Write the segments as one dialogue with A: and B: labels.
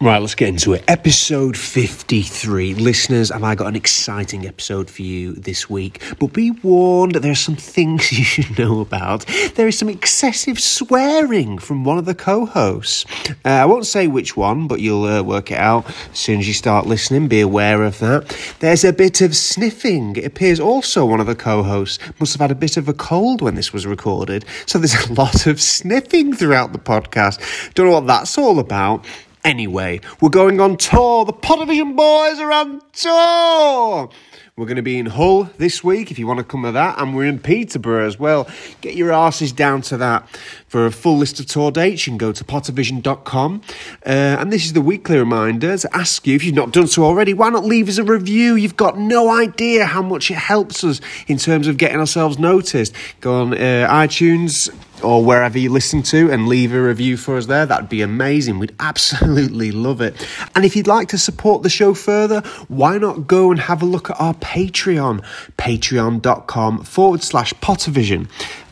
A: Right, let's get into it. Episode 53. Listeners, have I got an exciting episode for you this week? But be warned, there are some things you should know about. There is some excessive swearing from one of the co hosts. Uh, I won't say which one, but you'll uh, work it out as soon as you start listening. Be aware of that. There's a bit of sniffing. It appears also one of the co hosts must have had a bit of a cold when this was recorded. So there's a lot of sniffing throughout the podcast. Don't know what that's all about. Anyway, we're going on tour. The Podivision Boys are on tour. We're going to be in Hull this week if you want to come to that, and we're in Peterborough as well. Get your asses down to that. For a full list of tour dates, you can go to pottervision.com. Uh, and this is the weekly reminder to ask you if you've not done so already, why not leave us a review? You've got no idea how much it helps us in terms of getting ourselves noticed. Go on uh, iTunes, or wherever you listen to and leave a review for us there. That'd be amazing. We'd absolutely love it. And if you'd like to support the show further, why not go and have a look at our Patreon, patreon.com forward slash pottervision.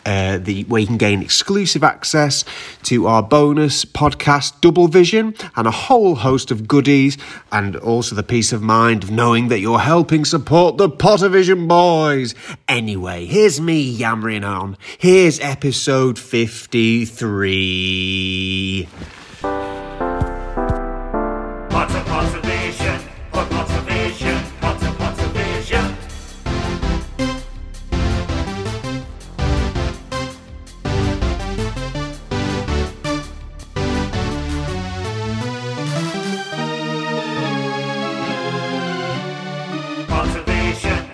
A: Uh, the where you can gain exclusive access to our bonus podcast double vision and a whole host of goodies and also the peace of mind of knowing that you're helping support the pottervision boys anyway here's me yammering on here's episode 53
B: Potter Potter Vision, Pot Potter Vision, Potter Potter Vision. Potter Vision,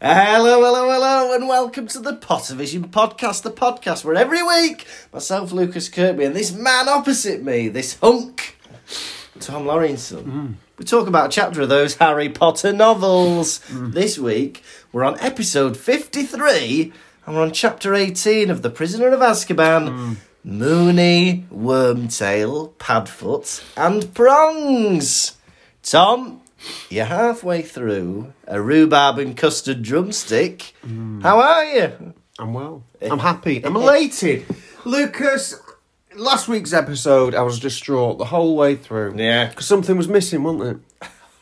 C: Hello, hello, hello, and welcome to the Pottervision podcast, the podcast where every week myself, Lucas Kirkby, and this man opposite me, this hunk, Tom Laurinson, we talk about a chapter of those Harry Potter novels. This week, we're on episode 53, and we're on chapter 18 of The Prisoner of Azkaban. Mooney, Wormtail, Padfoot, and Prongs. Tom, you're halfway through a rhubarb and custard drumstick. How are you?
A: I'm well.
C: Eh,
A: I'm happy. I'm elated. Lucas, last week's episode, I was distraught the whole way through.
C: Yeah.
A: Because something was missing, wasn't it?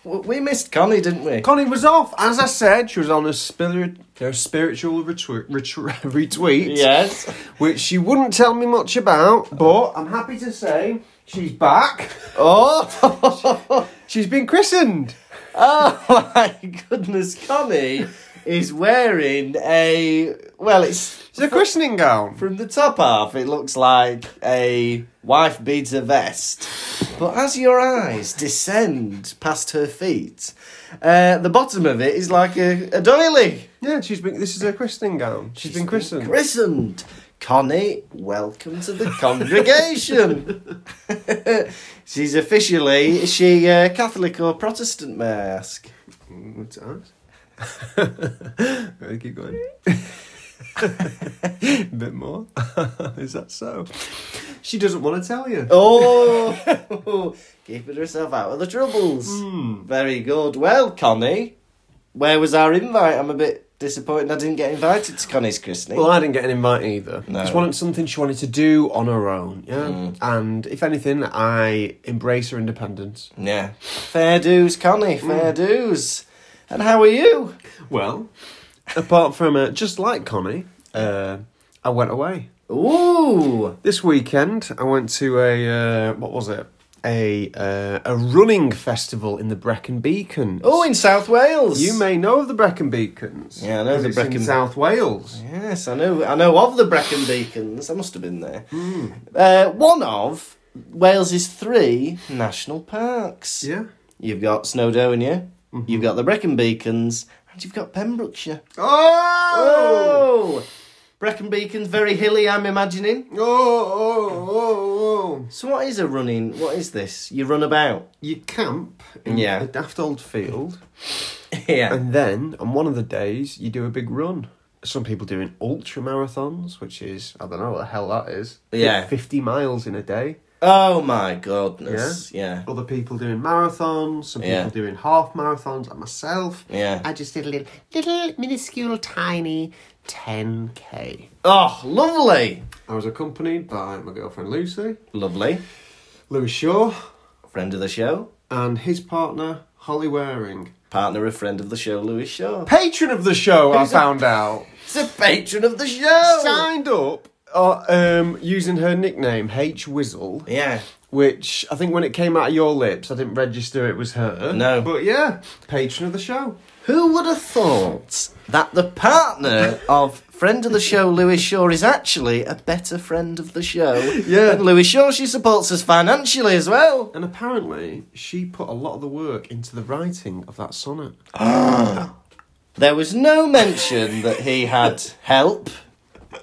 C: W- We missed Connie, didn't we?
A: Connie was off. As I said, she was on a spirit, her spiritual retweet, retweet.
C: yes.
A: Which she wouldn't tell me much about, but I'm happy to say she's back.
C: Oh,
A: She's been christened.
C: oh my goodness, Connie is wearing a well, it's
A: It's a christening gown.
C: From the top half, it looks like a wife beater vest. But as your eyes descend past her feet, uh, the bottom of it is like a, a doily.
A: Yeah, she's been. This is her christening gown. she's been christened.
C: Christened. Connie, welcome to the congregation. She's officially, is she uh, Catholic or Protestant, may I ask?
A: What's that? Right, keep going. Bit more. Is that so? She doesn't want to tell you.
C: Oh, keeping herself out of the troubles.
A: Hmm.
C: Very good. Well, Connie, where was our invite? I'm a bit disappointed I didn't get invited to Connie's christening.
A: Well, I didn't get an invite either.
C: No.
A: It's one, something she wanted to do on her own, yeah. And if anything, I embrace her independence.
C: yeah. Fair dues, Connie. Fair
A: Hmm.
C: dues. And how are you?
A: Well, apart from uh, just like Connie, uh, I went away
C: Ooh.
A: this weekend. I went to a uh, what was it? A uh, a running festival in the Brecon Beacons.
C: Oh, in South Wales.
A: You may know of the Brecon Beacons.
C: Yeah, I know the
A: It's in
C: Brecon-
A: South Wales.
C: Yes, I know. I know of the Brecon Beacons. I must have been there. Uh, one of Wales's three national parks.
A: Yeah.
C: You've got Snowdonia, you've got the Brecon Beacons, and you've got Pembrokeshire.
A: Oh!
C: Oh! Brecon Beacons, very hilly, I'm imagining.
A: Oh, oh, oh, oh.
C: So, what is a running? What is this? You run about?
A: You camp in
C: Yeah.
A: a daft old field,
C: Yeah.
A: and then on one of the days, you do a big run. Some people doing ultra marathons, which is, I don't know what the hell that is.
C: Yeah.
A: 50 miles in a day.
C: Oh my goodness. Yeah.
A: Other people doing marathons, some
C: Yeah.
A: people doing half marathons, like myself.
C: Yeah.
A: I just did a little, little minuscule, tiny 10k.
C: Oh, lovely.
A: I was accompanied by my girlfriend Lucy,
C: Lovely.
A: Lewis Shaw,
C: friend of the show,
A: and his partner, Holly Waring.
C: partner of friend of the show, Louis Shaw.
A: Patron of the show, I found out.
C: He's a patron of the show.
A: Signed up uh, um, using her nickname, H Whizzle.
C: Yeah.
A: Which I think when it came out of your lips, I didn't register it was her.
C: No.
A: But yeah, patron of the show.
C: Who would have thought that the partner of friend of the show, Louis Shaw, is actually a better friend of the show
A: Yeah.
C: than Louis Shaw? She supports us financially as well.
A: And apparently, she put a lot of the work into the writing of that sonnet.
C: There was no mention that he had help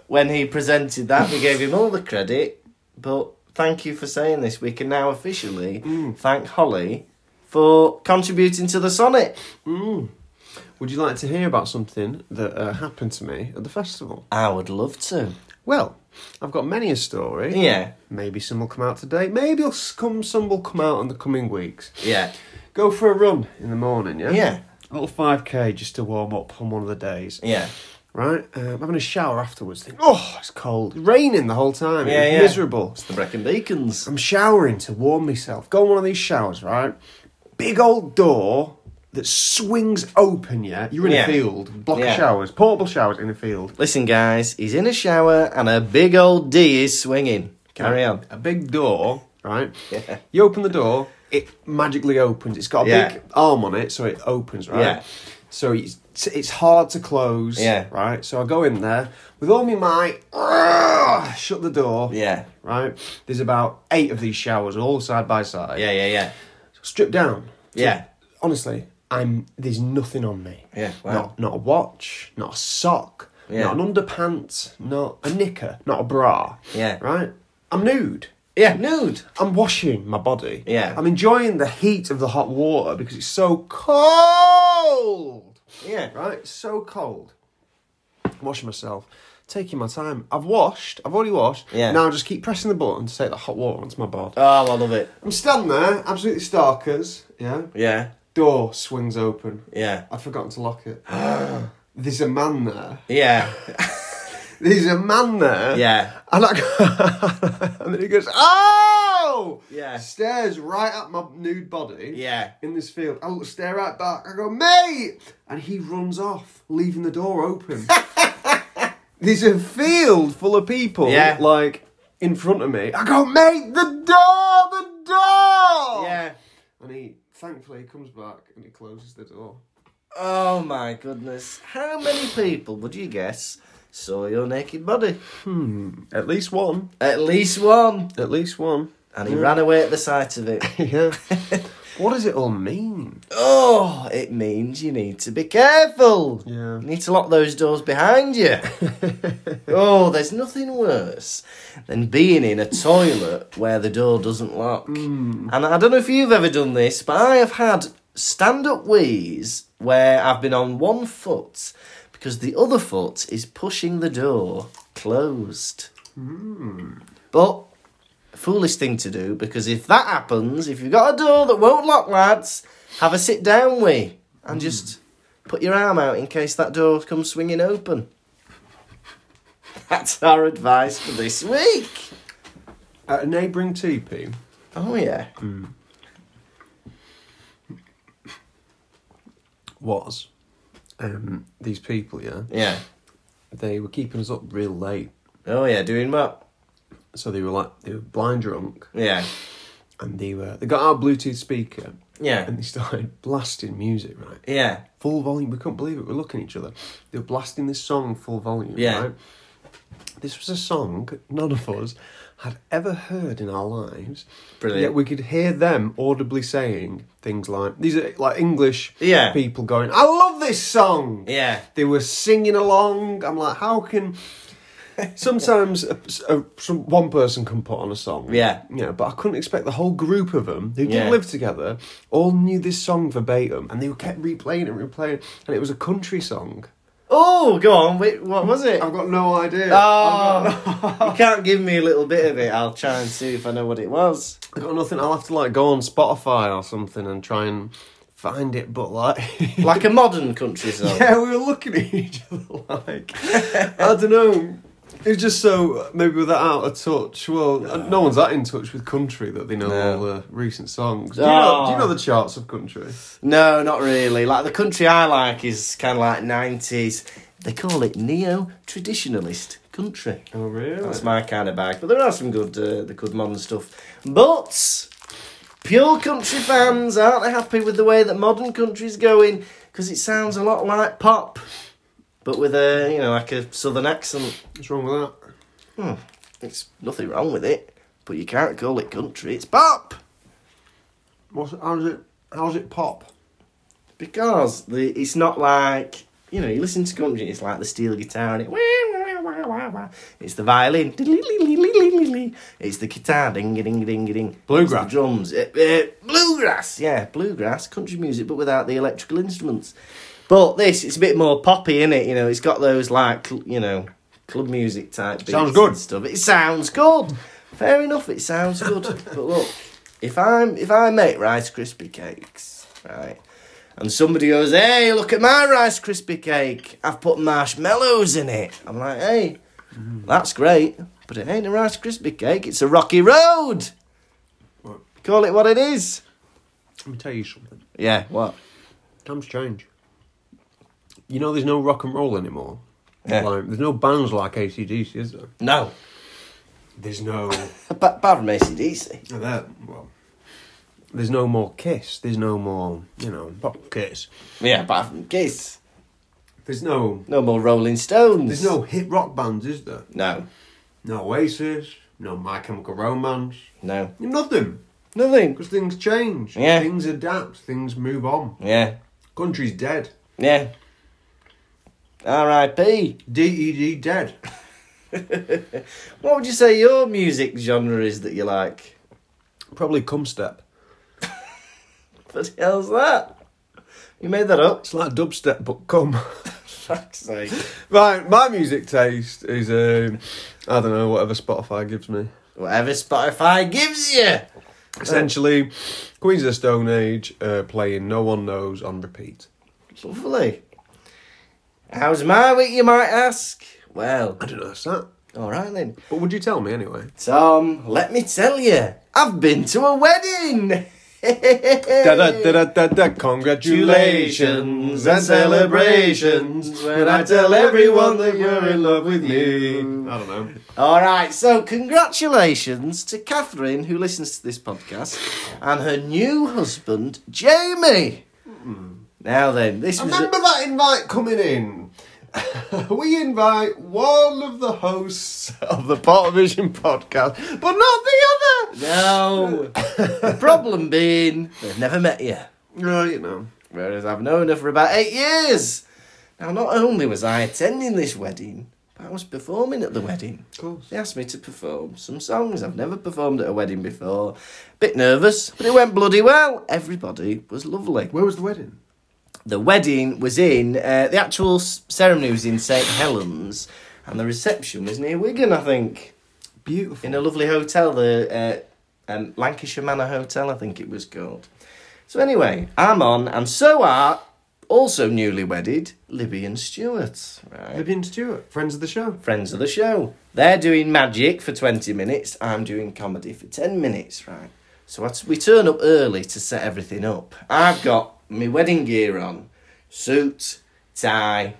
C: when he presented that. We gave him all the credit, but thank you for saying this. We can now officially thank Holly for contributing to the sonnet.
A: Would you like to hear about something that uh, happened to me at the festival?
C: I would love to.
A: Well, I've got many a story.
C: Yeah,
A: Maybe some will come out today. Maybe s- come, some will come out in the coming weeks.
C: yeah,
A: Go for a run in the morning, yeah?
C: Yeah.
A: A little 5k just to warm up on one of the days.
C: yeah.
A: Right? Um, having a shower afterwards. Think, oh, it's cold. Raining the whole time.
C: Yeah,
A: It's
C: yeah.
A: Miserable.
C: The Brecon Beacons.
A: I'm showering to warm myself. Go on one of these showers, right? Big old door that swings open, yeah? You're in
C: Yeah.
A: a field, block
C: Yeah.
A: of showers, portable showers in a field.
C: Listen, guys, he's in a shower and a big old D is swinging. Carry on.
A: A big door, right?
C: Yeah.
A: You open the door, it magically opens. It's got a
C: Yeah.
A: big arm on it, so it opens, right?
C: Yeah.
A: So it's, it's hard to close,
C: Yeah.
A: right? So I go in there with all my might, "Argh!" shut the door,
C: Yeah.
A: right? There's about eight of these showers all side by side.
C: Yeah, yeah, yeah.
A: Stripped down. to-
C: Yeah.
A: Honestly, I'm there's nothing on me.
C: Yeah, wow.
A: Not not a watch, not a sock,
C: Yeah.
A: not an underpants, not a knicker, not a bra.
C: Yeah.
A: Right? I'm nude.
C: Yeah, nude.
A: I'm washing my body.
C: Yeah.
A: I'm enjoying the heat of the hot water because it's so cold.
C: Yeah.
A: Right? It's so cold. I'm washing myself, taking my time. I've washed, I've already washed.
C: Yeah.
A: Now I just keep pressing the button to take the hot water onto my body.
C: Oh, I love it.
A: I'm standing there, absolutely starkers. Yeah.
C: Yeah,
A: Door swings open.
C: yeah,
A: I'd forgotten to lock it. There's a man there.
C: yeah,
A: There's a man there.
C: yeah.
A: And, I go, and then he goes, Oh!
C: Yeah.
A: Stares right at my nude body.
C: Yeah.
A: In this field. I look, stare right back. I go, Mate! And he runs off, leaving the door open. There's a field full of people,
C: Yeah.
A: like, in front of me. I go, Mate, the door! The door!
C: Yeah.
A: And he, thankfully, he comes back and he closes the door.
C: Oh my goodness. How many people would you guess saw your naked body?
A: At least one.
C: At least one.
A: At least one.
C: And he ran away at the sight of it.
A: yeah. what does it all mean?
C: Oh, it means you need to be careful.
A: Yeah.
C: You need to lock those doors behind you. oh, there's nothing worse than being in a toilet where the door doesn't lock. And I don't know if you've ever done this, but I have had stand up wheeze where I've been on one foot because the other foot is pushing the door closed. But foolish thing to do because if that happens, if you've got a door that won't lock, lads, have a sit down we and
A: Hmm.
C: just put your arm out in case that door comes swinging open. That's our advice for this week.
A: At a neighbouring teepee,
C: Oh yeah,
A: was um, these people, yeah?
C: yeah.
A: They were keeping us up real late.
C: Oh yeah, doing what?
A: So they were like, they were blind drunk
C: Yeah,
A: and they were, they got our Bluetooth speaker
C: yeah,
A: and they started blasting music, right?
C: yeah,
A: Full volume. We couldn't believe it. We're looking at each other. They were blasting this song full volume,
C: Yeah.
A: right? This was a song none of us had ever heard in our lives.
C: Brilliant.
A: Yet we could hear them audibly saying things like these are like English
C: Yeah.
A: people going, I love this song.
C: yeah,
A: They were singing along. I'm like, how can. Sometimes a, a- some, one person can put on a song.
C: Yeah.
A: You know, but I couldn't expect the whole group of them who didn't
C: Yeah.
A: live together all knew this song verbatim and they kept replaying it and replaying it. And it was a country song.
C: Oh, go on. Wait, what was it?
A: I've got no idea.
C: Oh, you can't give me a little bit of it. I'll try and see if I know what it was.
A: I've got nothing. I'll have to like go on Spotify or something and try and find it. But like.
C: Like a modern country song.
A: yeah, we were looking at each other like. I don't know. It's just so maybe we're that out of touch. Well, uh, no one's that in touch with country that they know
C: No.
A: all the recent songs. Do you, know, do you
C: Oh.
A: know the charts of country?
C: No, not really. Like the country I like is kind of like nineties. They call it neo traditionalist country.
A: Oh, really?
C: That's my kind of bag. But there are some good, uh, the good modern stuff. But pure country fans aren't happy with the way that modern country's going because it sounds a lot like pop, but with a you know like a southern accent.
A: What's wrong with that?
C: There's nothing wrong with it, but you can't call it country. It's pop.
A: What's, how's it? How's it pop?
C: Because the, it's not like you know you listen to country. It's like the steel guitar and it. wah, wah, wah, wah, wah. It's the violin. diddly-lee-lee-lee-lee-lee. It's the guitar. Ding ding ding ding.
A: Bluegrass.
C: It's the drums. eh, eh, bluegrass. Yeah, bluegrass. Country music, but without the electrical instruments. But this, it's a bit more poppy, is it? You know, it's got those like cl- you know club music type. Beats
A: Sounds good.
C: and stuff. It sounds good. Fair enough. It sounds good. but look, if I'm if I make Rice Krispie cakes, right, and somebody goes, "Hey, look at my Rice Krispie cake. I've put marshmallows in it." I'm like, "Hey,
A: Mm-hmm.
C: that's great, but it ain't a Rice Krispie cake. It's a rocky road.
A: What?
C: Call it what it is."
A: Let me tell you something.
C: Yeah. What?
A: Times change. You know, there's no rock and roll anymore.
C: Yeah.
A: Like, there's no bands like ACDC, is there?
C: No.
A: There's no.
C: Apart apart from ACDC.
A: that, well. There's no more Kiss. There's no more, you know, pop Kiss.
C: Yeah. Apart from Kiss.
A: There's no.
C: No more Rolling Stones.
A: There's no hit rock bands, is there?
C: No.
A: No Oasis. No My Chemical Romance.
C: No.
A: Nothing.
C: Nothing.
A: Because things change.
C: Yeah.
A: Things adapt. Things move on.
C: Yeah.
A: Country's dead.
C: Yeah. R.I.P.
A: D.E.D. E dead.
C: What would you say your music genre is that you like?
A: Probably cum step.
C: What the hell's that? You made that up.
A: It's like dubstep, but cum.
C: Fuck's sake.
A: Right, my music taste is um, I don't know whatever Spotify gives me.
C: Whatever Spotify gives you.
A: Essentially, Queens of the Stone Age uh, playing "No One Knows" on repeat.
C: Lovely. How's my week, you might ask? Well,
A: I don't know that's that,
C: alright then.
A: but would you tell me anyway?
C: Tom, let me tell you, I've been to a wedding.
A: Da da da da da da. Congratulations and celebrations when I tell everyone that you're in love with me. I don't know.
C: All right, so congratulations to Catherine, who listens to this podcast, and her new husband, Jamie. Hmm. Now then, this was.
A: Remember that invite coming in. we invite one of the hosts of the Pottervision podcast, but not the other.
C: No! the problem being, they've never met you.
A: Right, Uh, you know.
C: Whereas I've known her for about eight years. Now, not only was I attending this wedding, but I was performing at the wedding.
A: Of course.
C: They asked me to perform some songs. I've never performed at a wedding before. Bit nervous, but it went bloody well. Everybody was lovely.
A: Where was the wedding?
C: the wedding was in uh, the actual s- ceremony was in St Helens, and the reception was near Wigan, I think,
A: Beautiful.
C: in a lovely hotel, the uh, um, Lancashire Manor Hotel, I think it was called. So anyway, I'm on, and so are also newly wedded Libby and Stuart. Right
A: Libby and Stewart, friends of the show.
C: friends of the show. They're doing magic for 20 minutes, I'm doing comedy for 10 minutes, right? So I t- we turn up early to set everything up. I've got my wedding gear on, suit, tie,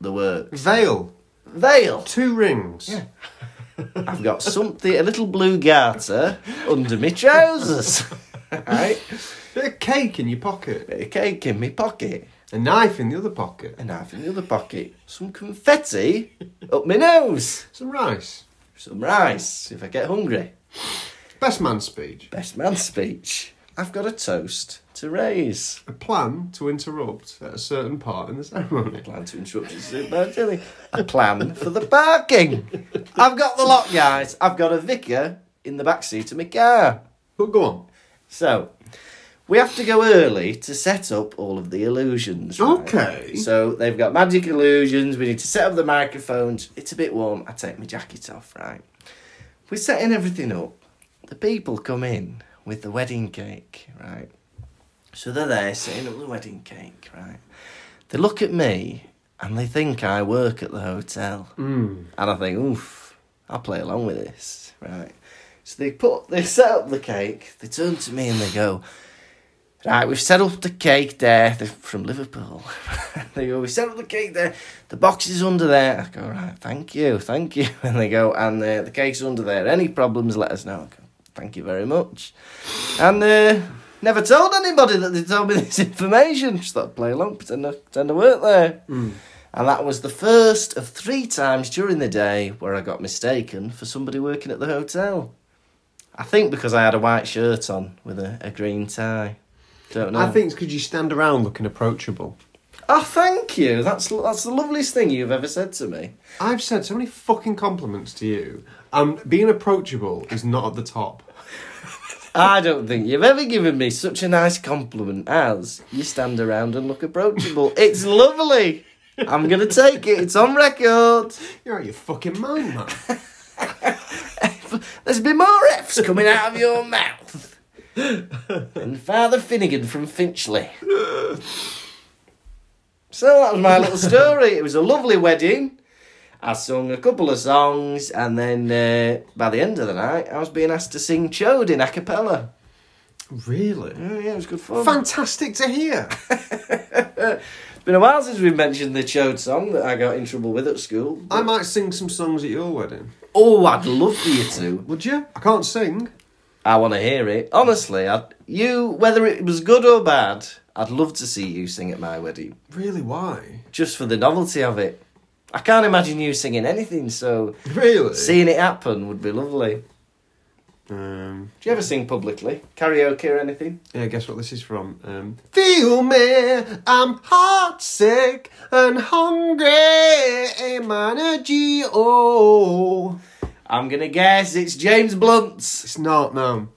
C: the works.
A: Veil,
C: Veil.
A: two rings.
C: Yeah. I've got something, a little blue garter under my trousers. right?
A: Bit of cake in your pocket.
C: Bit of cake in my pocket,
A: A knife in the other pocket.
C: a knife in the other pocket, some confetti up my nose,
A: Some rice.
C: some rice if I get hungry.
A: Best man speech.
C: best man speech. I've got a toast to raise.
A: A plan to interrupt at a certain part in the ceremony.
C: Plan to interrupt you soon, but I'm telling you, A plan for the parking. I've got the lot, guys. I've got a vicar in the back seat of my car.
A: But go on.
C: So, we have to go early to set up all of the illusions. right?
A: Okay.
C: So, they've got magic illusions. We need to set up the microphones. It's a bit warm. I take my jacket off, right? We're setting everything up. The people come in with the wedding cake, right? So they're there setting up the wedding cake, right? They look at me and they think I work at the hotel. Mm. And I think, oof, I'll play along with this. Right. So they put they set up the cake, they turn to me and they go, Right, we've set up the cake there. They're from Liverpool. they go, we set up the cake there. The box is under there. I go, right, thank you, thank you. And they go, and uh, the cake's under there. Any problems, let us know. I go, thank you very much. And uh, never told anybody that they told me this information. Just thought, play along, pretend I, pretend I work there.
A: Hmm.
C: And that was the first of three times during the day where I got mistaken for somebody working at the hotel. I think because I had a white shirt on with a, a green tie. Don't know.
A: I think it's because you stand around looking approachable.
C: Oh, thank you. That's that's the loveliest thing you've ever said to me.
A: I've said so many fucking compliments to you, and being approachable is not at the top.
C: I don't think you've ever given me such a nice compliment as you stand around and look approachable. it's lovely. I'm gonna take it. It's on record.
A: You're out your fucking mind, man.
C: There's been more F's coming out of your mouth than Father Finnegan from Finchley. So that was my little story. It was a lovely wedding. I sung a couple of songs, and then uh, by the end of the night, I was being asked to sing Chode in a cappella.
A: really?
C: Oh, yeah, it was good fun.
A: Fantastic to hear.
C: It's been a while since we mentioned the Chode song that I got in trouble with at school.
A: I might sing some songs at your wedding.
C: Oh, I'd love for you to.
A: Would you? I can't sing.
C: I want to hear it. Honestly, I'd, you, whether it was good or bad, I'd love to see you sing at my wedding,
A: Really? Why?
C: just for the novelty of it. I can't imagine you singing anything, so
A: Really?
C: seeing it happen would be lovely.
A: Um,
C: Do you ever sing publicly? Karaoke or anything?
A: yeah, guess what this is from? Um, Feel me, I'm heartsick and hungry, man a G-O.
C: I'm gonna guess it's James Blunt's
A: It's not, no.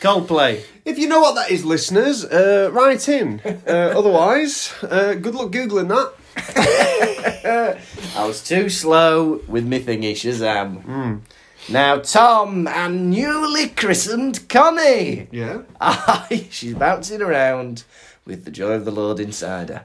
C: Coldplay.
A: If you know what that is, listeners, uh, write in. Uh, otherwise, uh, good luck googling that.
C: I was too slow with me thingy Shazam.
A: Mm.
C: Now Tom and newly christened Connie.
A: Yeah.
C: Aye, she's bouncing around with the joy of the Lord inside her.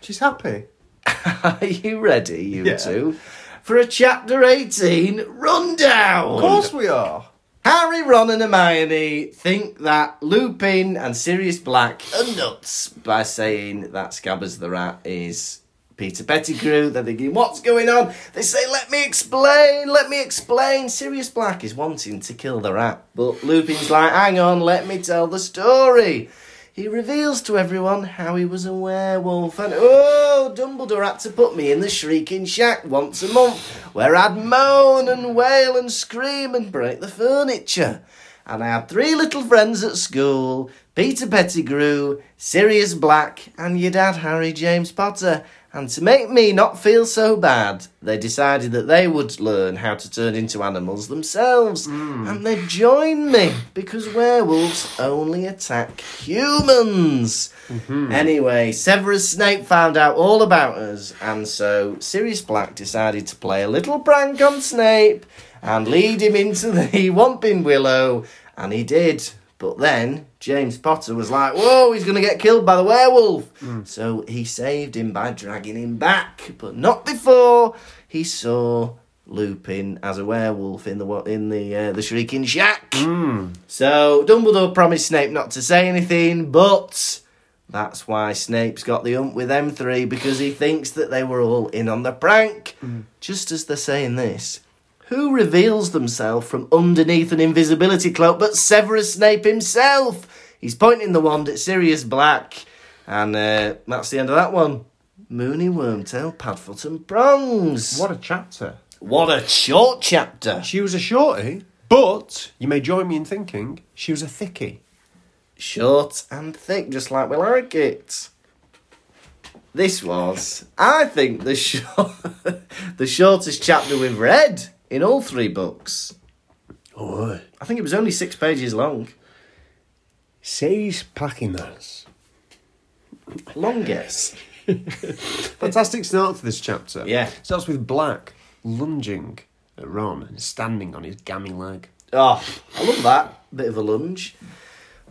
A: She's happy.
C: Are you ready, you
A: Yeah.
C: two, for a chapter 18 rundown?
A: Of course we are.
C: Harry, Ron, and Hermione think that Lupin and Sirius Black are nuts by saying that Scabbers the Rat is Peter Pettigrew. They're thinking, what's going on? They say, let me explain, let me explain. Sirius Black is wanting to kill the rat, but Lupin's like, hang on, let me tell the story. He reveals to everyone how he was a werewolf and oh, Dumbledore had to put me in the shrieking shack once a month where I'd moan and wail and scream and break the furniture. And I had three little friends at school Peter Pettigrew, Sirius Black, and your dad Harry James Potter. And to make me not feel so bad, they decided that they would learn how to turn into animals themselves. And they joined me because werewolves only attack humans. Anyway, Severus Snape found out all about us, and so Sirius Black decided to play a little prank on Snape and lead him into the Whomping Willow, and he did. But then James Potter was like, whoa, he's going to get killed by the werewolf. So he saved him by dragging him back, but not before he saw Lupin as a werewolf in the wa- in the uh, the shrieking shack. So Dumbledore promised Snape not to say anything, but that's why Snape's got the ump with them three because he thinks that they were all in on the prank.
A: Mm.
C: Just as they're saying this, who reveals themselves from underneath an invisibility cloak but Severus Snape himself? He's pointing the wand at Sirius Black, and uh, that's the end of that one. Mooney, Wormtail, Padfoot, and Prongs.
A: What a chapter.
C: What a short chapter.
A: She was a shorty, but you may join me in thinking she was a thickie.
C: Short and thick, just like we like it. This was, I think, the short, the shortest chapter we've read in all three books.
A: Oh,
C: I think it was only six pages long.
A: seis páginas.
C: Longest.
A: Fantastic start to this chapter.
C: Yeah.
A: Starts with Black lunging at Ron and standing on his gammy leg.
C: Ah, Oh, I love that. Bit of a lunge.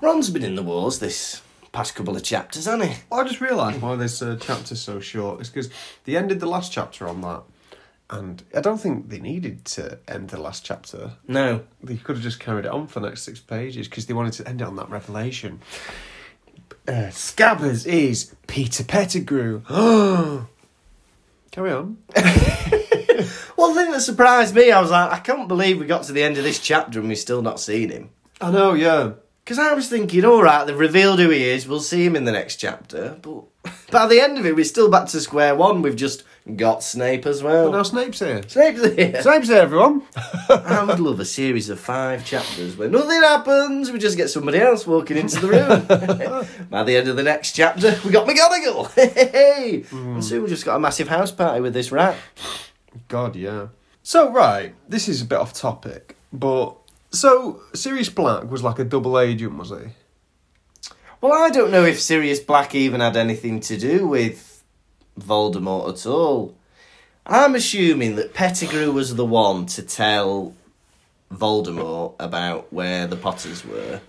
C: Ron's been in the wars this past couple of chapters, hasn't he?
A: I just realised why this uh, chapter's so short. It's because they ended the last chapter on that, and I don't think they needed to end the last chapter.
C: No.
A: They could have just carried it on for the next six pages because they wanted to end it on that revelation. Uh, Scabbers is Peter Pettigrew. Carry on.
C: One thing that surprised me, I was like, I can't believe we got to the end of this chapter and we've still not seen him.
A: I know, yeah.
C: Because I was thinking, all right, they've revealed who he is, we'll see him in the next chapter. But by the end of it, we're still back to square one. We've just got Snape as well.
A: But now Snape's here.
C: Snape's here.
A: Snape's here, everyone.
C: I would love a series of five chapters where nothing happens. We just get somebody else walking into the room. By the end of the next chapter, we got McGonagall. Hey,
A: Hmm.
C: and soon we just got a massive house party with this rat.
A: God, yeah. So, right, this is a bit off topic, but. So, Sirius Black was like a double agent, was he?
C: Well, I don't know if Sirius Black even had anything to do with Voldemort at all. I'm assuming that Pettigrew was the one to tell Voldemort about where the Potters were,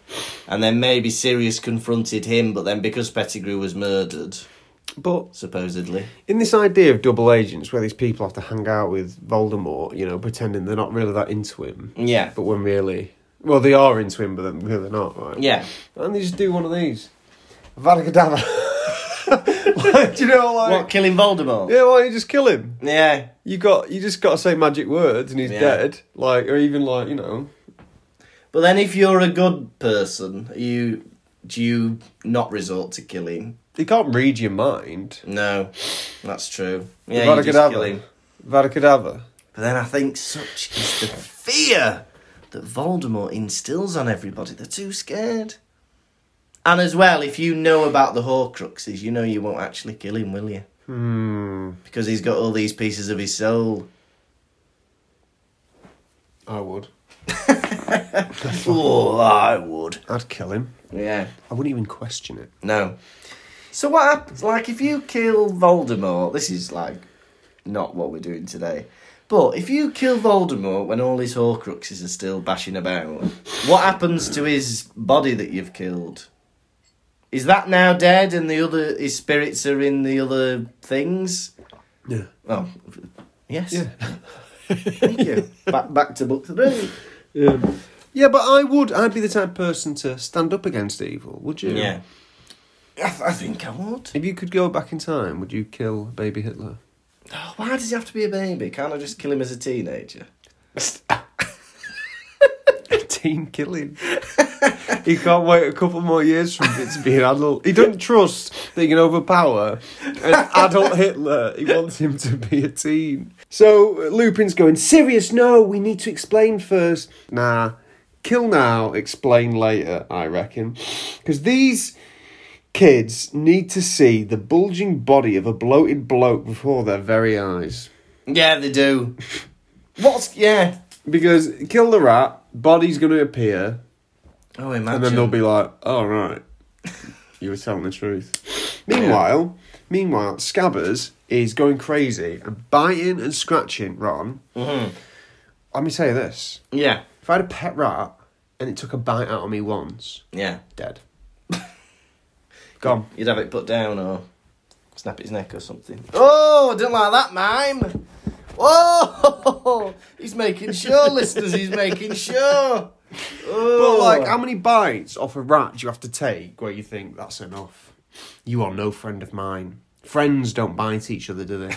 C: and then maybe Sirius confronted him, but then because Pettigrew was murdered,
A: But
C: supposedly.
A: in this idea of double agents, where these people have to hang out with Voldemort, you know, pretending they're not really that into him,
C: Yeah.
A: but when really, well, they are into him, but then really not, right?
C: Yeah.
A: And they just do one of these, Vada Kedavra. like, do you know, like,
C: What, killing Voldemort?
A: yeah, why don't you just kill him?
C: Yeah.
A: You got, you just got to say magic words, and he's
C: Yeah.
A: dead, like, or even like, you know,
C: But then if you're a good person, are you do you not resort to killing?
A: they can't read your mind.
C: No. That's true. Yeah,
A: Vada
C: you just kill
A: Kedavra.
C: him.
A: Vada Kedavra.
C: But then I think such is the fear that Voldemort instills on everybody. They're too scared. And as well, if you know about the Horcruxes, you know you won't actually kill him, will you?
A: Hmm.
C: Because he's got all these pieces of his soul.
A: I would.
C: Oh, I would.
A: I'd kill him.
C: Yeah.
A: I wouldn't even question it.
C: No. So what happens? Like, if you kill Voldemort, this is like not what we're doing today. But if you kill Voldemort when all his Horcruxes are still bashing about, what happens to his body that you've killed? Is that now dead, and the other his spirits are in the other things?
A: Yeah.
C: Oh, yes.
A: Yeah.
C: Thank you. Back back to book three.
A: Yeah. Yeah, but I would. I'd be the type of person to stand up against evil, would you?
C: Yeah. I, th- I think I would.
A: If you could go back in time, would you kill baby Hitler?
C: Oh, why does he have to be a baby? Can't I just kill him as a teenager?
A: Teen killing. he can't wait a couple more years from it to be an adult. He doesn't trust that he can overpower an adult Hitler. He wants him to be a teen. So uh, Lupin's going, Sirius, no, we need to explain first. Nah, kill now, explain later, I reckon. Because these kids need to see the bulging body of a bloated bloke before their very eyes.
C: Yeah, they do. What's yeah?
A: Because kill the rat, body's going to appear.
C: Oh, imagine.
A: And then they'll be like, "Oh right, you were telling the truth." Meanwhile, meanwhile, Scabbers is going crazy and biting and scratching Ron. Let me tell you this:
C: yeah,
A: if I had a pet rat and it took a bite out of me once,
C: yeah.
A: dead, gone.
C: You'd have it put down or snap its neck or something. Oh, I didn't like that mime. Whoa! He's making sure, listeners. He's making sure.
A: But
C: Oh.
A: like, how many bites off a rat do you have to take where you think that's enough? You are no friend of mine. Friends don't bite each other, do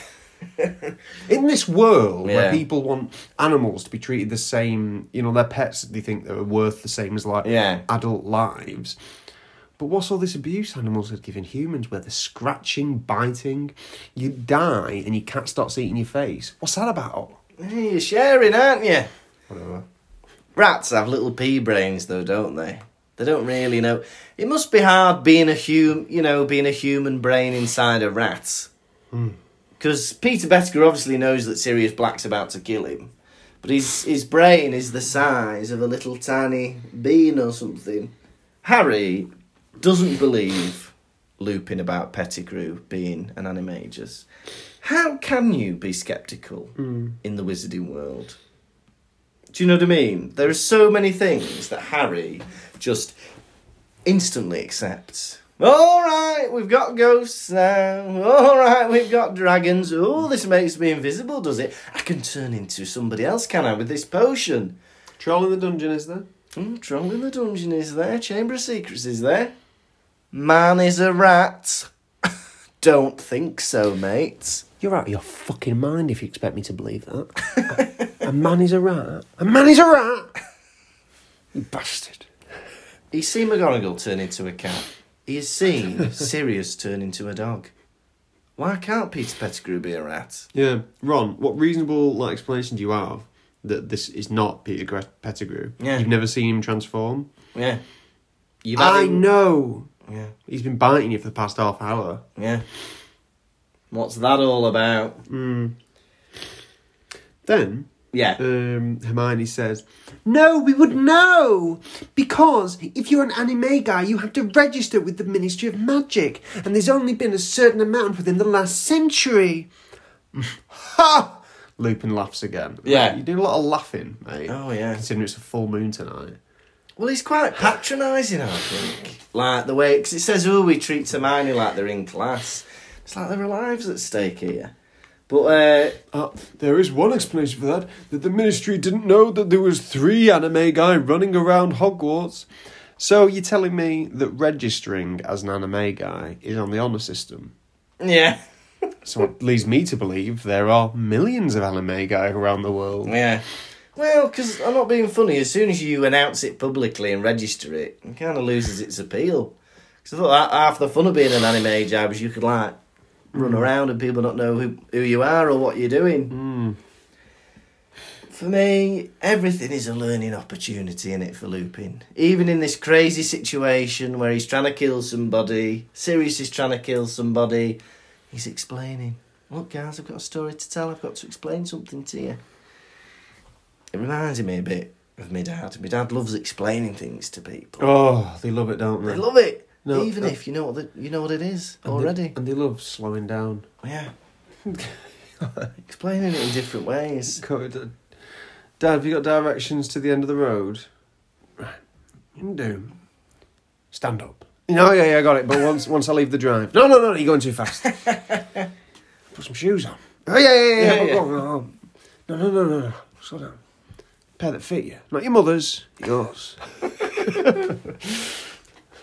A: they? In this world
C: Yeah.
A: where people want animals to be treated the same, you know, their pets they think they're worth the same as like
C: Yeah.
A: adult lives. But what's all this abuse animals are giving humans where they're scratching, biting, you die and your cat starts eating your face? What's that about?
C: Hey, you're sharing, aren't you?
A: Whatever.
C: Rats have little pea brains, though, don't they? They don't really know. It must be hard being a hum, you know, being a human brain inside a rat. Because Peter Bettiger obviously knows that Sirius Black's about to kill him, but his his brain is the size of a little tiny bean or something. Harry doesn't believe Lupin about Pettigrew being an animagus. How can you be sceptical in the wizarding world? Do you know what I mean? There are so many things that Harry just instantly accepts. All right, we've got ghosts now. All right, we've got dragons. Oh, this makes me invisible, does it? I can turn into somebody else, can I, with this potion?
A: Troll in the dungeon, is there?
C: Hmm, Troll in the dungeon is there. Chamber of Secrets is there. Man is a rat. Don't think so, mate.
D: You're out of your fucking mind if you expect me to believe that. a man is a rat. A man is a rat. You bastard.
C: He's seen McGonagall turn into a cat. He's seen Sirius turn into a dog. Why can't Peter Pettigrew be a rat?
A: Yeah. Ron, what reasonable like explanation do you have that this is not Peter Gre- Pettigrew?
C: Yeah.
A: You've never seen him transform?
C: Yeah. You've had
A: I
C: him-
A: know.
C: Yeah.
A: He's been biting you for the past half hour.
C: Yeah. What's that all about?
A: Then
C: Yeah.
A: um, Hermione says, No, we would know! Because if you're an anime guy, you have to register with the Ministry of Magic, and there's only been a certain amount within the last century. ha! Lupin laughs again.
C: Yeah.
A: You do a lot of laughing, mate.
C: Oh, yeah.
A: Considering it's a full moon tonight.
C: Well, he's quite patronising, I think. Like the way, because it says, oh, we treat Hermione like they're in class. It's like there are lives at stake here. But, uh,
A: Uh, there is one explanation for that: that the Ministry didn't know that there was three anime guy running around Hogwarts. So you're telling me that registering as an anime guy is on the honor system?
C: yeah.
A: So it leads me to believe there are millions of anime guy around the world.
C: Yeah. Well, because I'm not being funny. As soon as you announce it publicly and register it, it kind of loses its appeal. Because I thought ha- half the fun of being an anime job is you could like run around and people not know who, who you are or what you're doing. For me, everything is a learning opportunity in it for Lupin. Even in this crazy situation where he's trying to kill somebody, Sirius is trying to kill somebody, he's explaining. Look, guys, I've got a story to tell. I've got to explain something to you. It reminds me a bit of my dad. My dad loves explaining things to people.
A: Oh, they love it, don't they?
C: They love it,
A: No,
C: even
A: no.
C: if you know what the, you know what it is
A: And they-
C: already.
A: and they love slowing down.
C: yeah, explaining it in different ways.
A: uh, Dad, have you got directions to the end of the road? Right. Do.
D: Stand up.
A: No, yeah, yeah, I got it. But once once I leave the drive, no, no, no, you're going too fast. Put some shoes on. Oh yeah, yeah, yeah.
C: Yeah,
A: yeah,
C: yeah.
A: go on, go on. No, no, no, no, no. Slow down. Pair that fit you, not your mother's, yours.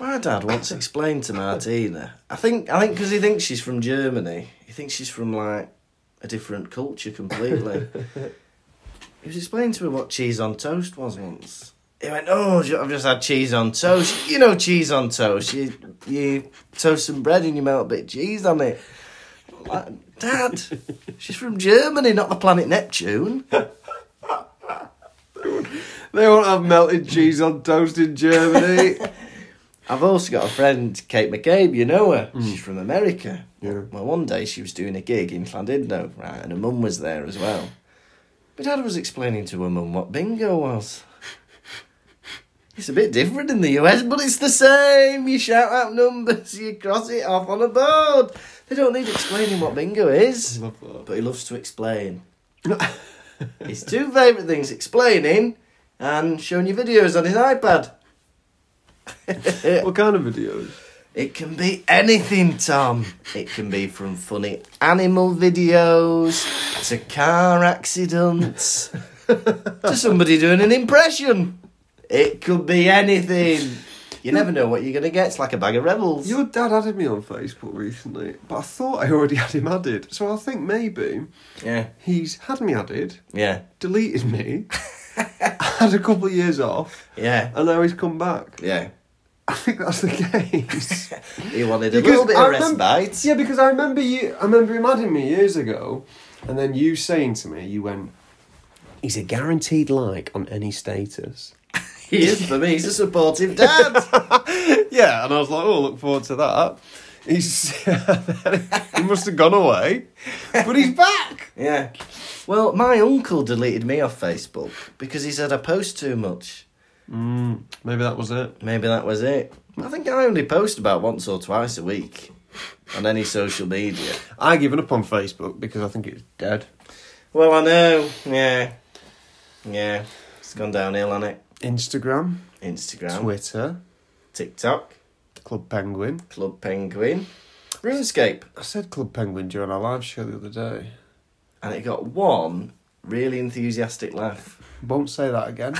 C: My dad once explained to Martina. I think I think because he thinks she's from Germany. He thinks she's from like a different culture completely. he was explaining to her what cheese on toast was once. He went, "Oh, ju- I've just had cheese on toast. You know, cheese on toast. You you toast some bread and you melt a bit of cheese on it." I'm Like, Dad, she's from Germany, not the planet Neptune.
A: They won't have melted cheese on toast in Germany.
C: I've also got a friend, Kate McCabe, you know her. She's from America.
A: Hmm. Yeah.
C: Well, one day she was doing a gig in Llandudno, right, and her mum was there as well. But Dad was explaining to her mum what bingo was. It's a bit different in the US, but it's the same. You shout out numbers, you cross it off on a board. They don't need explaining what bingo is.
A: Love that.
C: But he loves to explain. his two favourite things explaining and showing you videos on his iPad.
A: what kind of videos?
C: It can be anything, Tom. It can be from funny animal videos to car accidents to somebody doing an impression. It could be anything. You never know what you're going to get. It's like a bag of rebels.
A: Your dad added me on Facebook recently, but I thought I already had him added. So I think maybe
C: Yeah.
A: he's had me added,
C: Yeah.
A: deleted me, had a couple of years off,
C: Yeah.
A: and now he's come back.
C: Yeah.
A: I think that's the case.
C: He wanted a little bit of respite.
A: Yeah, because I remember you. I remember him adding me years ago, and then you saying to me, you went,
D: He's a guaranteed like on any status.
C: He is for me. He's a supportive dad.
A: yeah, and I was like, oh, look forward to that. He's he must have gone away, but he's back.
C: Yeah. Well, my uncle deleted me off Facebook because he said I post too much.
A: Mm, maybe that was it.
C: Maybe that was it. I think I only post about once or twice a week on any social media.
A: I given up on Facebook because I think it's dead.
C: Well, I know. Yeah. Yeah. It's gone downhill on it.
A: Instagram,
C: Instagram,
A: Twitter,
C: TikTok,
A: Club Penguin.
C: Club Penguin, RuneScape,
A: I said Club Penguin during our live show the other day.
C: and it got one really enthusiastic laugh.
A: Won't say that again.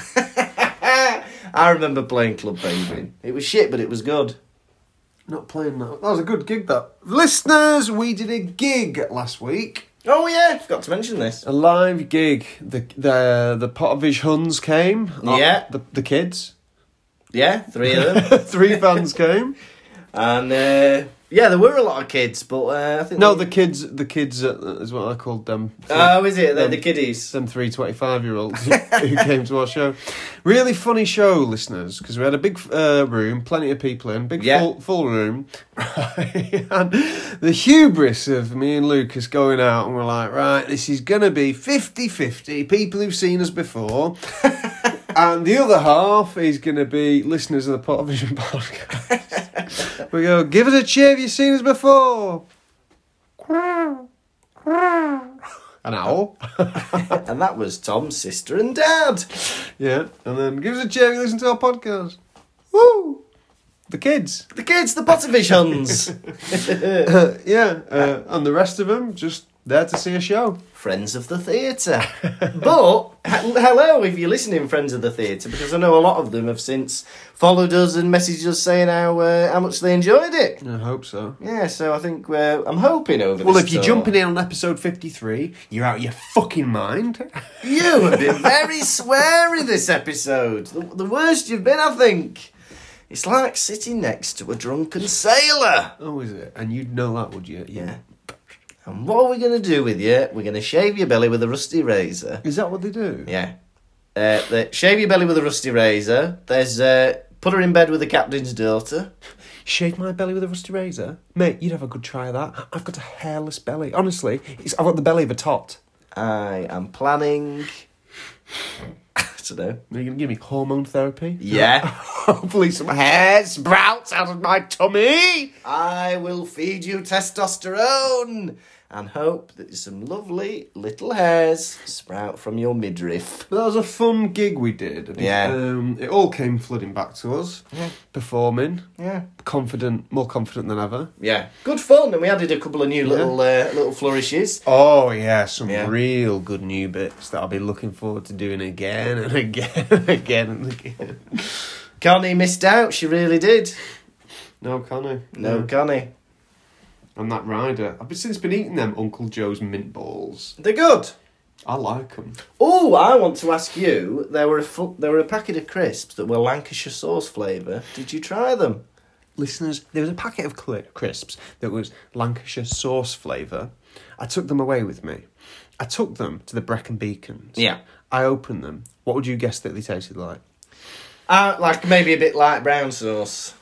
C: I remember playing Club Penguin. It was shit, but it was good.
A: Not playing that. That was a good gig, though. Listeners, we did a gig last week.
C: Oh yeah, forgot to mention this.
A: A live gig. The the the Pottervish Huns came.
C: Yeah.
A: The, the kids.
C: Yeah, three of them.
A: Three fans came.
C: And uh, yeah, there were a lot of kids, but uh, I think
A: No,
C: they-
A: the kids. The kids uh, is what I called them.
C: oh, is it? They're the
A: Um,
C: kiddies.
A: Some three 25 year olds who came to our show. Really funny show, listeners, because we had a big uh, room, plenty of people in, big
C: Yeah.
A: full, full room. and the hubris of me and Lucas going out and we're like, right, this is going to be 50 50 people who've seen us before. And the other half is going to be listeners of the Pot Vision podcast. we go, give us a cheer if you've seen us before. An owl.
C: And that was Tom's sister and dad.
A: Yeah, and then give us a cheer if you listen to our podcast. Woo! The kids.
C: The kids, the Potterfish Huns.
A: yeah, uh, and the rest of them just there to see a show.
C: Friends of the Theatre. But, he- hello if you're listening, Friends of the Theatre, because I know a lot of them have since followed us and messaged us saying how, uh, how much they enjoyed it.
A: I hope so. uh,
C: Yeah, so I think we're, I'm hoping over
D: Well,
C: this
D: if you're
C: tour-
D: jumping in on episode 53, you're out of your fucking mind.
C: You have been very sweary this episode. The, the worst you've been, I think. It's like sitting next to a drunken sailor.
A: Oh, is it? And you'd know that, would you?
C: Yeah. And what are we going to do with you? We're going to shave your belly with a rusty razor.
A: Is that what they do?
C: Yeah. Uh, the, shave your belly with a rusty razor. There's uh, put her in bed with the captain's daughter.
A: Shave my belly with a rusty razor? Mate, you'd have a good try of that. I've got a hairless belly. Honestly, it's, I've got the belly of a tot.
C: I am planning. I don't know.
A: Are you going to give me hormone therapy?
C: Yeah.
A: Hopefully, some hair sprouts out of my tummy.
C: I will feed you testosterone and hope that some lovely little hairs sprout from your midriff.
A: But that was a fun gig we did. and it-
C: Yeah.
A: um, it all came flooding back to us.
C: Yeah.
A: Performing,
C: Yeah.
A: confident, more confident than ever.
C: Yeah. Good fun, and we added a couple of new little uh, little flourishes.
A: Oh yeah, some
C: Yeah.
A: real good new bits that I'll be looking forward to doing again and again and again and again.
C: Connie missed out. She really did.
A: No, Connor.
C: No, Connie.
A: I'm that rider. I've been, since been eating them Uncle Joe's mint balls.
C: They're good.
A: I like them.
C: Oh, I want to ask you. There were a fu- there were a packet of crisps that were Lancashire sauce flavour. Did you try them?
A: Listeners, there was a packet of cli- crisps that was Lancashire sauce flavour. I took them away with me. I took them to the Brecon Beacons.
C: Yeah.
A: I opened them. What would you guess that they tasted like?
C: Uh, like maybe a bit like brown sauce.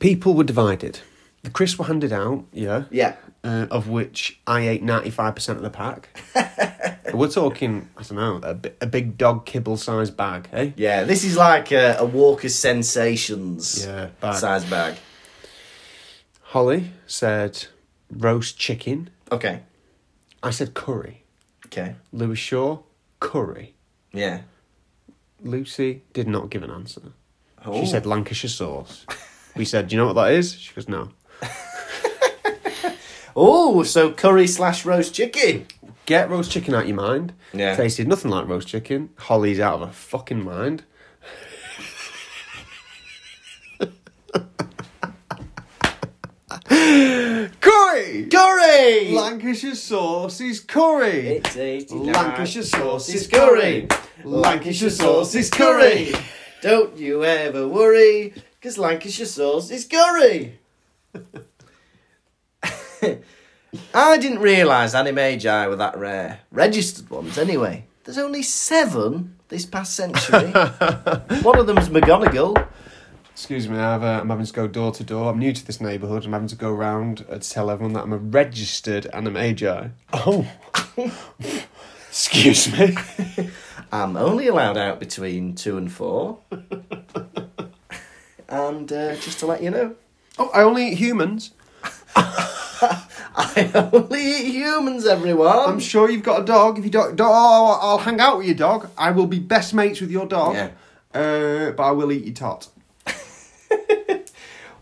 A: People were divided. The crisps were handed out, yeah.
C: Yeah.
A: Uh, of which I ate 95% of the pack. we're talking, I don't know, a, bi- a big dog kibble sized bag, eh?
C: Yeah, this is like a, a Walker's Sensations
A: Yeah, bag.
C: size bag.
A: Holly said roast chicken.
C: Okay,
A: I said curry.
C: okay,
A: Lewis Shaw, curry.
C: yeah.
A: Lucy did not give an answer.
C: Oh.
A: She said Lancashire sauce. We said, Do you know what that is? She goes, No.
C: Oh, so curry slash roast chicken.
A: Get roast chicken out your mind.
C: Yeah.
A: Tasted nothing like roast chicken. Holly's out of her fucking mind. curry!
C: Curry!
A: Lancashire sauce is curry!
C: It's eighty nine.
A: Lancashire sauce is curry! Lancashire sauce is curry!
C: Don't you ever worry, because Lancashire sauce is curry. I didn't realise animagi were that rare. Registered ones, anyway. There's only seven this past century. One of them's McGonagall.
A: Excuse me, I've, uh, I'm having to go door to door. I'm new to this neighbourhood. I'm having to go round uh, to tell everyone that I'm a registered anime magi. Oh. Excuse me.
C: I'm only allowed out between two and four. and uh, just to let you know,
A: Oh, I only eat humans.
C: I only eat humans, everyone.
A: I'm sure you've got a dog. If you don't, don't oh, I'll hang out with your dog. I will be best mates with your dog.
C: Yeah.
A: Uh, but I will eat your tot.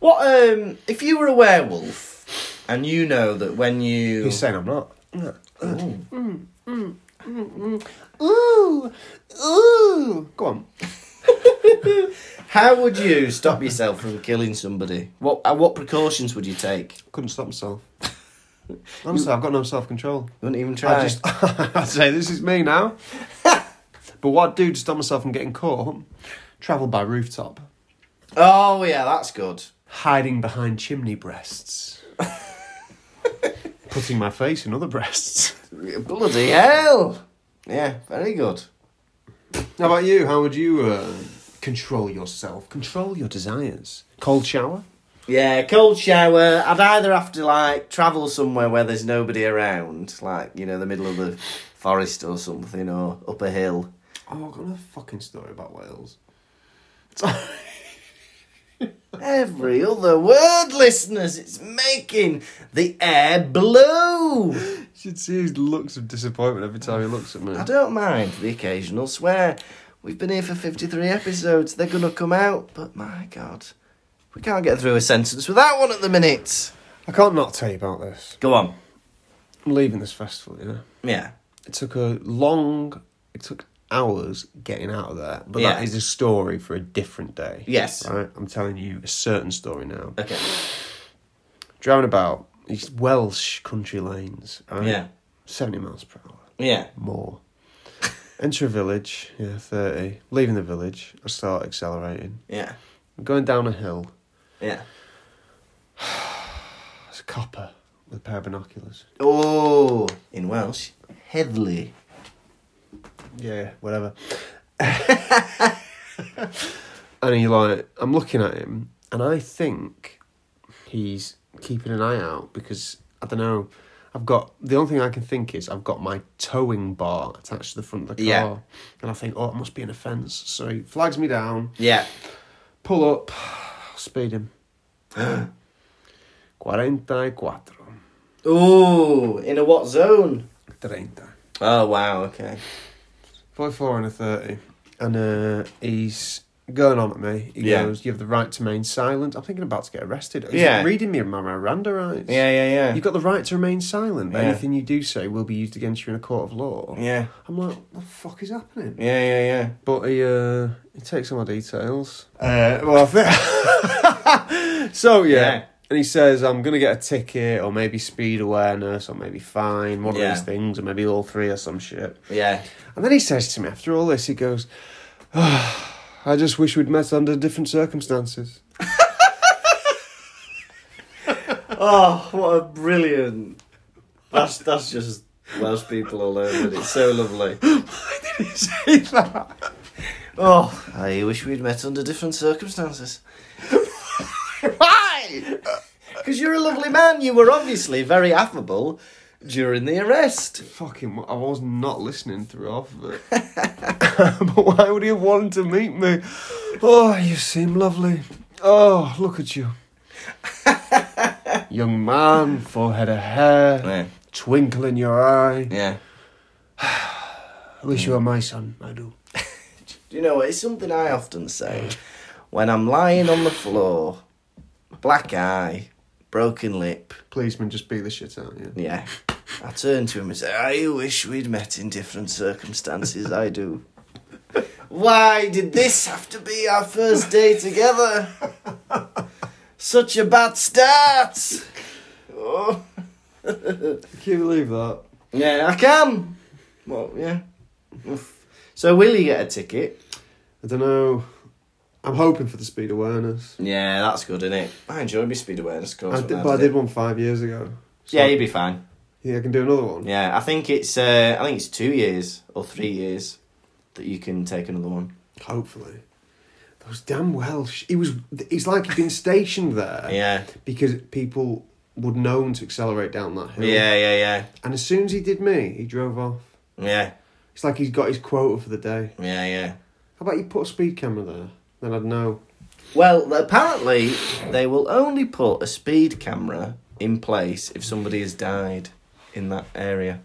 C: What um, if you were a werewolf and you know that when you
A: He's saying I'm not. Oh. Mm,
D: Ooh, ooh.
A: Go on.
C: how would you stop yourself from killing somebody? What uh, what precautions would you take?
A: Couldn't stop myself. Honestly, I've got no self control.
C: You wouldn't even try.
A: I just, I'd say this is me now. but what I'd do to stop myself from getting caught, travel by rooftop,
C: Oh yeah, that's good.
A: hiding behind chimney breasts, putting my face in other breasts.
C: Bloody hell! Yeah, very good.
A: How about you? How would you uh, control yourself? Control your desires. Cold shower.
C: Yeah, cold shower. I'd either have to like travel somewhere where there's nobody around, like you know the middle of the forest or something, or up a hill.
A: Oh, I've got a fucking story about Wales.
C: Every other word, listeners, it's making the air blue.
A: You should see his looks of disappointment every time he looks at me.
C: I don't mind the occasional swear. We've been here for 53 episodes. They're going to come out, but my God, we can't get through a sentence without one at the minute.
A: I can't not tell you about this.
C: Go on.
A: I'm leaving this festival, you know.
C: Yeah.
A: It took a long. It took hours getting out of there, but
C: Yeah.
A: that is a story for a different day.
C: Yes.
A: Right? I'm telling you a certain story now.
C: Okay.
A: Driving about these Welsh country lanes. right?
C: Yeah.
A: 70 miles per hour.
C: Yeah.
A: More. Enter a village, yeah, 30. Leaving the village, I start accelerating.
C: Yeah.
A: I'm going down a hill.
C: Yeah.
A: There's a copper with a pair of binoculars.
C: Oh, in Welsh, heavily.
A: Yeah, whatever. and he like, I'm looking at him, and I think he's keeping an eye out because I don't know. I've got the only thing I can think is I've got my towing bar attached to the front of the car,
C: Yeah.
A: and I think, oh, it must be an offence. So he flags me down,
C: Yeah.
A: pull up, speed him. Cuarenta y cuatro.
C: Oh, in a what zone?
A: Treinta.
C: Oh wow. Okay.
A: 44 and a 30. And uh, he's going on at me. He
C: Yeah.
A: goes, You have the right to remain silent. I'm thinking about to get arrested. He's
C: Yeah.
A: reading me my Miranda rights.
C: Yeah, yeah, yeah.
A: You've got the right to remain silent.
C: Yeah.
A: Anything you do say will be used against you in a court of law.
C: Yeah.
A: I'm like, What the fuck is happening?
C: Yeah, yeah, yeah.
A: But he, uh, he takes all my details. Uh, well, I thi- so yeah.
C: Yeah.
A: And he says, I'm going to get a ticket or maybe speed awareness or maybe fine, one
C: Yeah.
A: of these things, or maybe all three or some shit.
C: Yeah.
A: And then he says to me after all this, he goes, "Ah, I just wish we'd met under different circumstances.
C: Oh, what a brilliant. That's that's just Welsh people all over it. It's so lovely. Oh, I wish we'd met under different circumstances. Why? Because you're a lovely man. You were obviously very affable during the arrest.
A: Fucking, I was not listening through half of it. but why would he have wanted to meet me? Oh, you seem lovely. Oh, look at you. Young man, forehead of hair,
C: Yeah.
A: twinkle in your eye.
C: Yeah.
A: I wish you were my son, I do.
C: Do you know what? It's something I often say. When I'm lying on the floor, black eye, broken lip,
A: Policeman just beat the shit out of you.
C: yeah. I turn to him and say, I wish we'd met in different circumstances, I do. Why did this have to be our first day together? Such a bad start! Oh.
A: Can you believe that?
C: Yeah, I can! Well, yeah. Oof. So, will you get a ticket?
A: I don't know. I'm hoping for the speed awareness.
C: Yeah, that's good, isn't it? I enjoy my speed awareness course.
A: I
C: when
A: did,
C: I
A: but I
C: did it.
A: did one five years ago. So
C: Yeah, you'd be fine.
A: yeah, I can do another one.
C: Yeah, I think it's uh, I think it's two years or three years that you can take another one.
A: Hopefully, those damn Welsh. It was. It's like he'd been stationed there.
C: Yeah.
A: Because people would known to accelerate down that hill.
C: Yeah, yeah, yeah,
A: And as soon as he did me, he drove off.
C: yeah,
A: It's like he's got his quota for the day.
C: yeah, yeah.
A: How about you put a speed camera there? Then I'd know.
C: Well, apparently they will only put a speed camera in place if somebody has died in that area.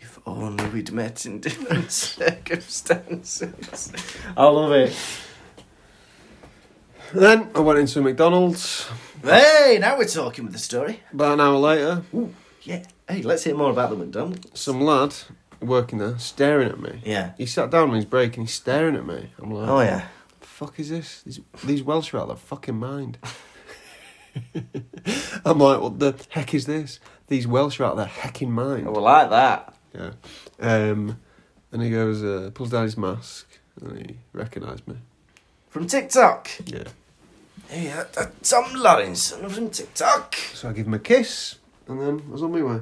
C: If only we'd met in different circumstances. I love it.
A: Then I went into McDonald's
C: Hey, now we're talking with the story.
A: about an hour later.
C: Ooh, yeah. Hey, let's hear more about the McDonald's.
A: Some lad working there staring at me.
C: Yeah.
A: He sat down on his break and he's staring at me. I'm like,
C: Oh yeah.
A: fuck is this? These, these Welsh are out of their fucking mind. I'm like, what the heck is this? These Welsh are out of their hecking mind.
C: Oh, like that.
A: Yeah. Um, and he goes, uh, pulls down his mask and he recognised me.
C: From TikTok.
A: Yeah.
C: Hey, that, that Tom Laurinson from TikTok.
A: So I give him a kiss and then I was on my way.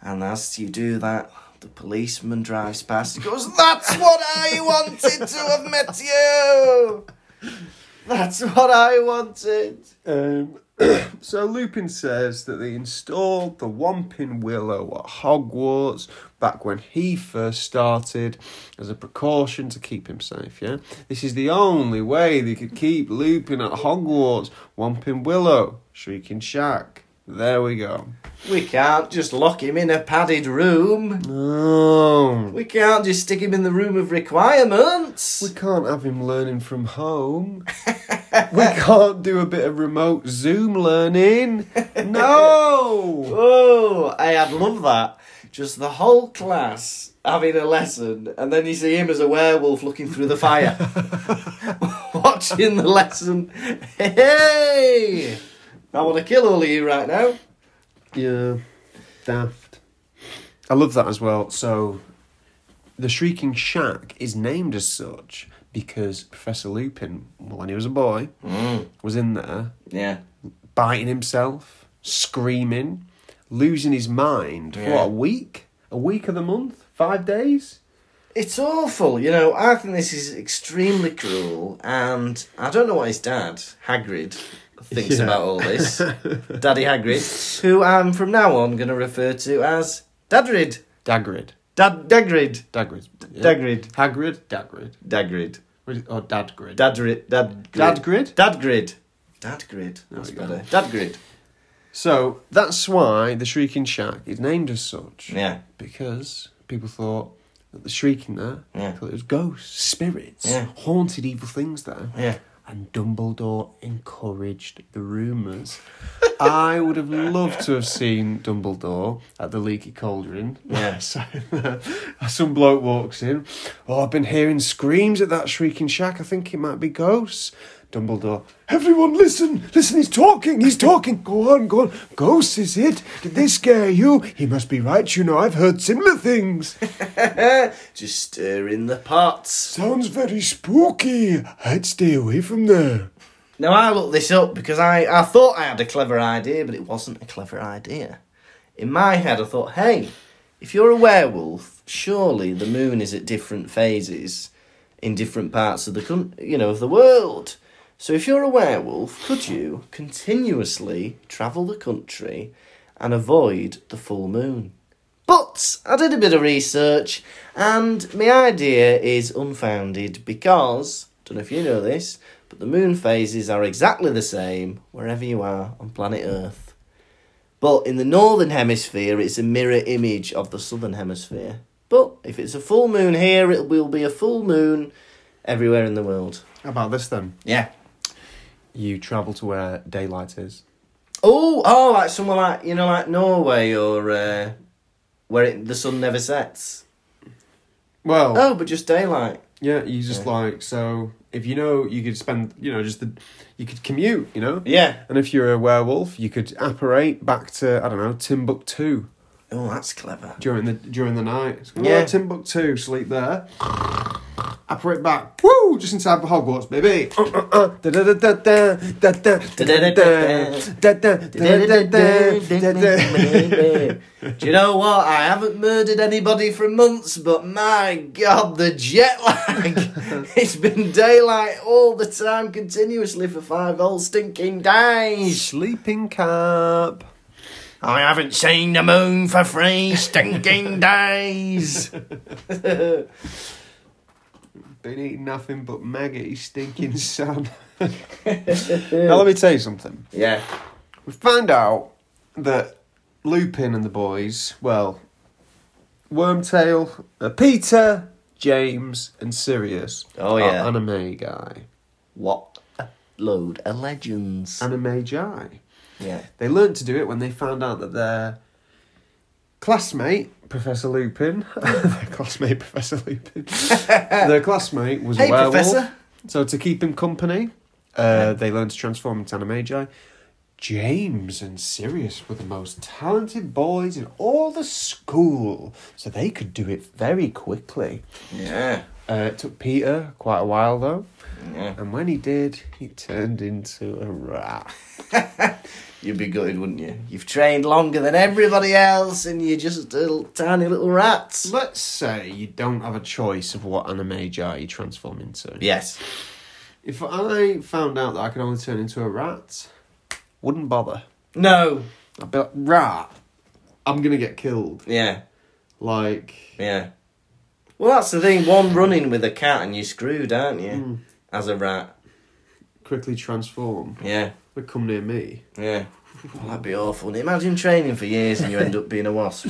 C: And as you do that, the policeman drives past and goes, That's what I wanted to have met you! That's what I wanted.
A: Um, so Lupin says that they installed the Wampin Willow at Hogwarts back when he first started as a precaution to keep him safe, yeah? This is the only way they could keep Lupin at Hogwarts. Wampin Willow, Shrieking Shack. There we go.
C: We can't just lock him in a padded room.
A: No.
C: We can't just stick him in the room of requirements.
A: Oh, We can't have him learning from home. we can't do a bit of remote Zoom learning. No!
C: Oh, I, I'd love that. Just the whole class having a lesson, and then you see him as a werewolf looking through the fire, watching the lesson. Hey, I want to kill all of you right now.
A: Yeah, daft. I love that as well. So, the Shrieking Shack is named as such because Professor Lupin, when he was a boy,
C: Mm.
A: was in there
C: Yeah,
A: biting himself, screaming, losing his mind. for What
C: Yeah.
A: a week? A week of the month? Five days?
C: it's awful. You know, I think this is extremely cruel, and I don't know what his dad, Hagrid, thinks
A: Yeah.
C: about all this. Daddy Hagrid, who I'm from now on going to refer to as Dadrid.
A: Dagrid.
C: Dad Dagrid.
A: Dagrid.
C: Dagrid.
A: Hagrid. Dagrid.
C: Dagrid.
A: What is- Or Dadgrid.
C: Dadgrid. Dad
A: Dadgrid?
C: Dadgrid. Dadgrid. That's
A: we go.
C: better. Dadgrid.
A: so, that's why the Shrieking Shack is named as such.
C: Yeah.
A: because people thought that the shrieking there,
C: Yeah.
A: thought it was ghosts, spirits,
C: Yeah.
A: haunted evil things there.
C: Yeah.
A: And Dumbledore encouraged the rumours. I would have loved to have seen Dumbledore at the Leaky Cauldron.
C: Yeah.
A: So, uh, Some bloke walks in. Oh, I've been hearing screams at that shrieking shack. I think it might be ghosts. Dumbledore. Everyone, listen! Listen, he's talking! He's talking! Go on, go on! Ghosts is it? Did they scare you? He must be right, you know. I've heard similar things.
C: Just stir in the pots.
A: Sounds very spooky. I'd stay away from there.
C: Now I looked this up because I, I thought I had a clever idea, but it wasn't a clever idea. In my head I thought, hey, if you're a werewolf, surely the moon is at different phases in different parts of the coun- you know, of the world. So if you're a werewolf, could you continuously travel the country and avoid the full moon? But I did a bit of research, and my idea is unfounded because, don't know if you know this, but the moon phases are exactly the same wherever you are on planet Earth. But in the northern hemisphere, it's a mirror image of the southern hemisphere. But if it's a full moon here, it will be a full moon everywhere in the world.
A: How about this then?
C: Yeah.
A: You travel to where daylight is.
C: Oh, oh, like somewhere like you know, like Norway or uh, where it, the sun never sets.
A: Well,
C: Oh, but just daylight.
A: yeah, you just like so. If you know, you could spend, you know, just the, you could commute, you know.
C: Yeah.
A: And if you're a werewolf, you could apparate back to I don't know Timbuktu
C: Oh, that's clever.
A: during the during the night. It's like,
C: Yeah.
A: "Oh, Timbuktu, sleep there. Apparate back, woo, just inside for Hogwarts, baby. Uh, uh, uh. Da-da-da-da-da, da-da, da-da-da-da, da-da, da-da-da-da, da-da.
C: Do you know what? I haven't murdered anybody for months, but my god, the jet lag! it's been daylight all the time, continuously for five whole stinking days.
A: Sleeping cap.
C: I haven't seen the moon for three stinking days.
A: Been eating nothing but maggoty stinking sun. now let me tell you something.
C: yeah.
A: We found out that Lupin and the boys, well, Wormtail, uh, Peter, James, and Sirius
C: Oh, yeah.
A: are anime guy.
C: What? load of legends.
A: and a magi.
C: yeah.
A: They learned to do it when they found out that their classmate, Professor Lupin, their classmate, Professor Lupin, their classmate was
C: Hey,
A: a werewolf.
C: Professor.
A: So to keep him company, uh, they learned to transform into animagi. James and Sirius were the most talented boys in all the school, so they could do it very quickly.
C: Yeah.
A: Uh, it took Peter quite a while though,
C: Yeah.
A: and when he did, he turned into a rat.
C: You'd be gutted, wouldn't you? You've trained longer than everybody else and you're just a little, tiny little rat.
A: Let's say you don't have a choice of what anime jar you transform into.
C: Yes.
A: If I found out that I could only turn into a rat, wouldn't bother.
C: No.
A: I'd be like, rat, I'm gonna get killed.
C: Yeah.
A: Like,
C: Yeah. Well, that's the thing. One running with a cat and you're screwed, aren't you? As a rat.
A: quickly transform.
C: Yeah.
A: Would come near me.
C: Yeah. Well, that'd be awful. Imagine training for years and you end up being a wasp.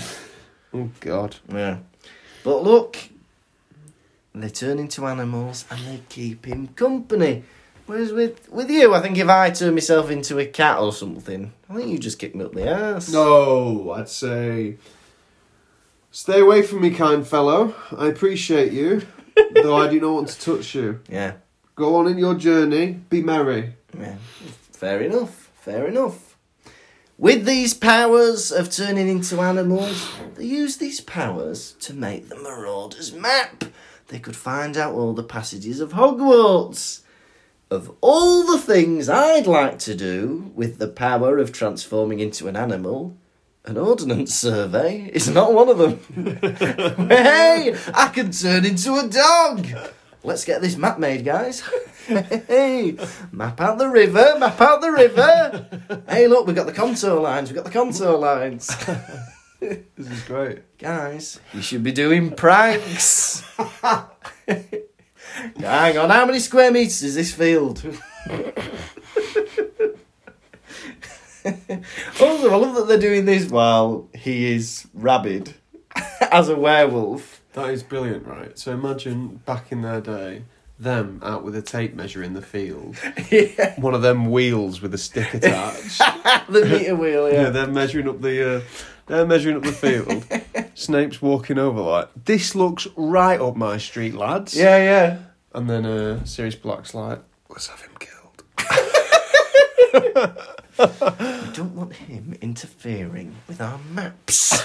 A: Oh God.
C: Yeah. But look, they turn into animals and they keep him company. Whereas with, with you, I think if I turn myself into a cat or something, I think you just kick me up the ass.
A: No, I'd say. Stay away from me, kind fellow. I appreciate you, though I do not want to touch you.
C: Yeah.
A: Go on in your journey. Be merry.
C: yeah. Fair enough. Fair enough. With these powers of turning into animals, they use these powers to make the Marauders map. They could find out all the passages of Hogwarts. Of all the things I'd like to do with the power of transforming into an animal, an ordnance survey is not one of them. hey, I can turn into a dog. Let's get this map made, guys. hey, map out the river, map out the river. hey, look, we've got the contour lines, we've got the contour lines.
A: This is great.
C: guys, you should be doing pranks. Hang on, how many square metres is this field? also, Oh, I love that they're doing this while he is rabid as a werewolf.
A: That is brilliant, right? So imagine back in their day, them out with a tape measure in the field,
C: yeah,
A: one of them wheels with a stick attached.
C: the meter wheel,
A: yeah,
C: yeah.
A: they're measuring up the, uh, they're measuring up the field. Snape's walking over like, this looks right up my street, lads.
C: Yeah, yeah.
A: And then uh, Sirius Black's like, let's have him killed.
C: We don't want him interfering with our maps.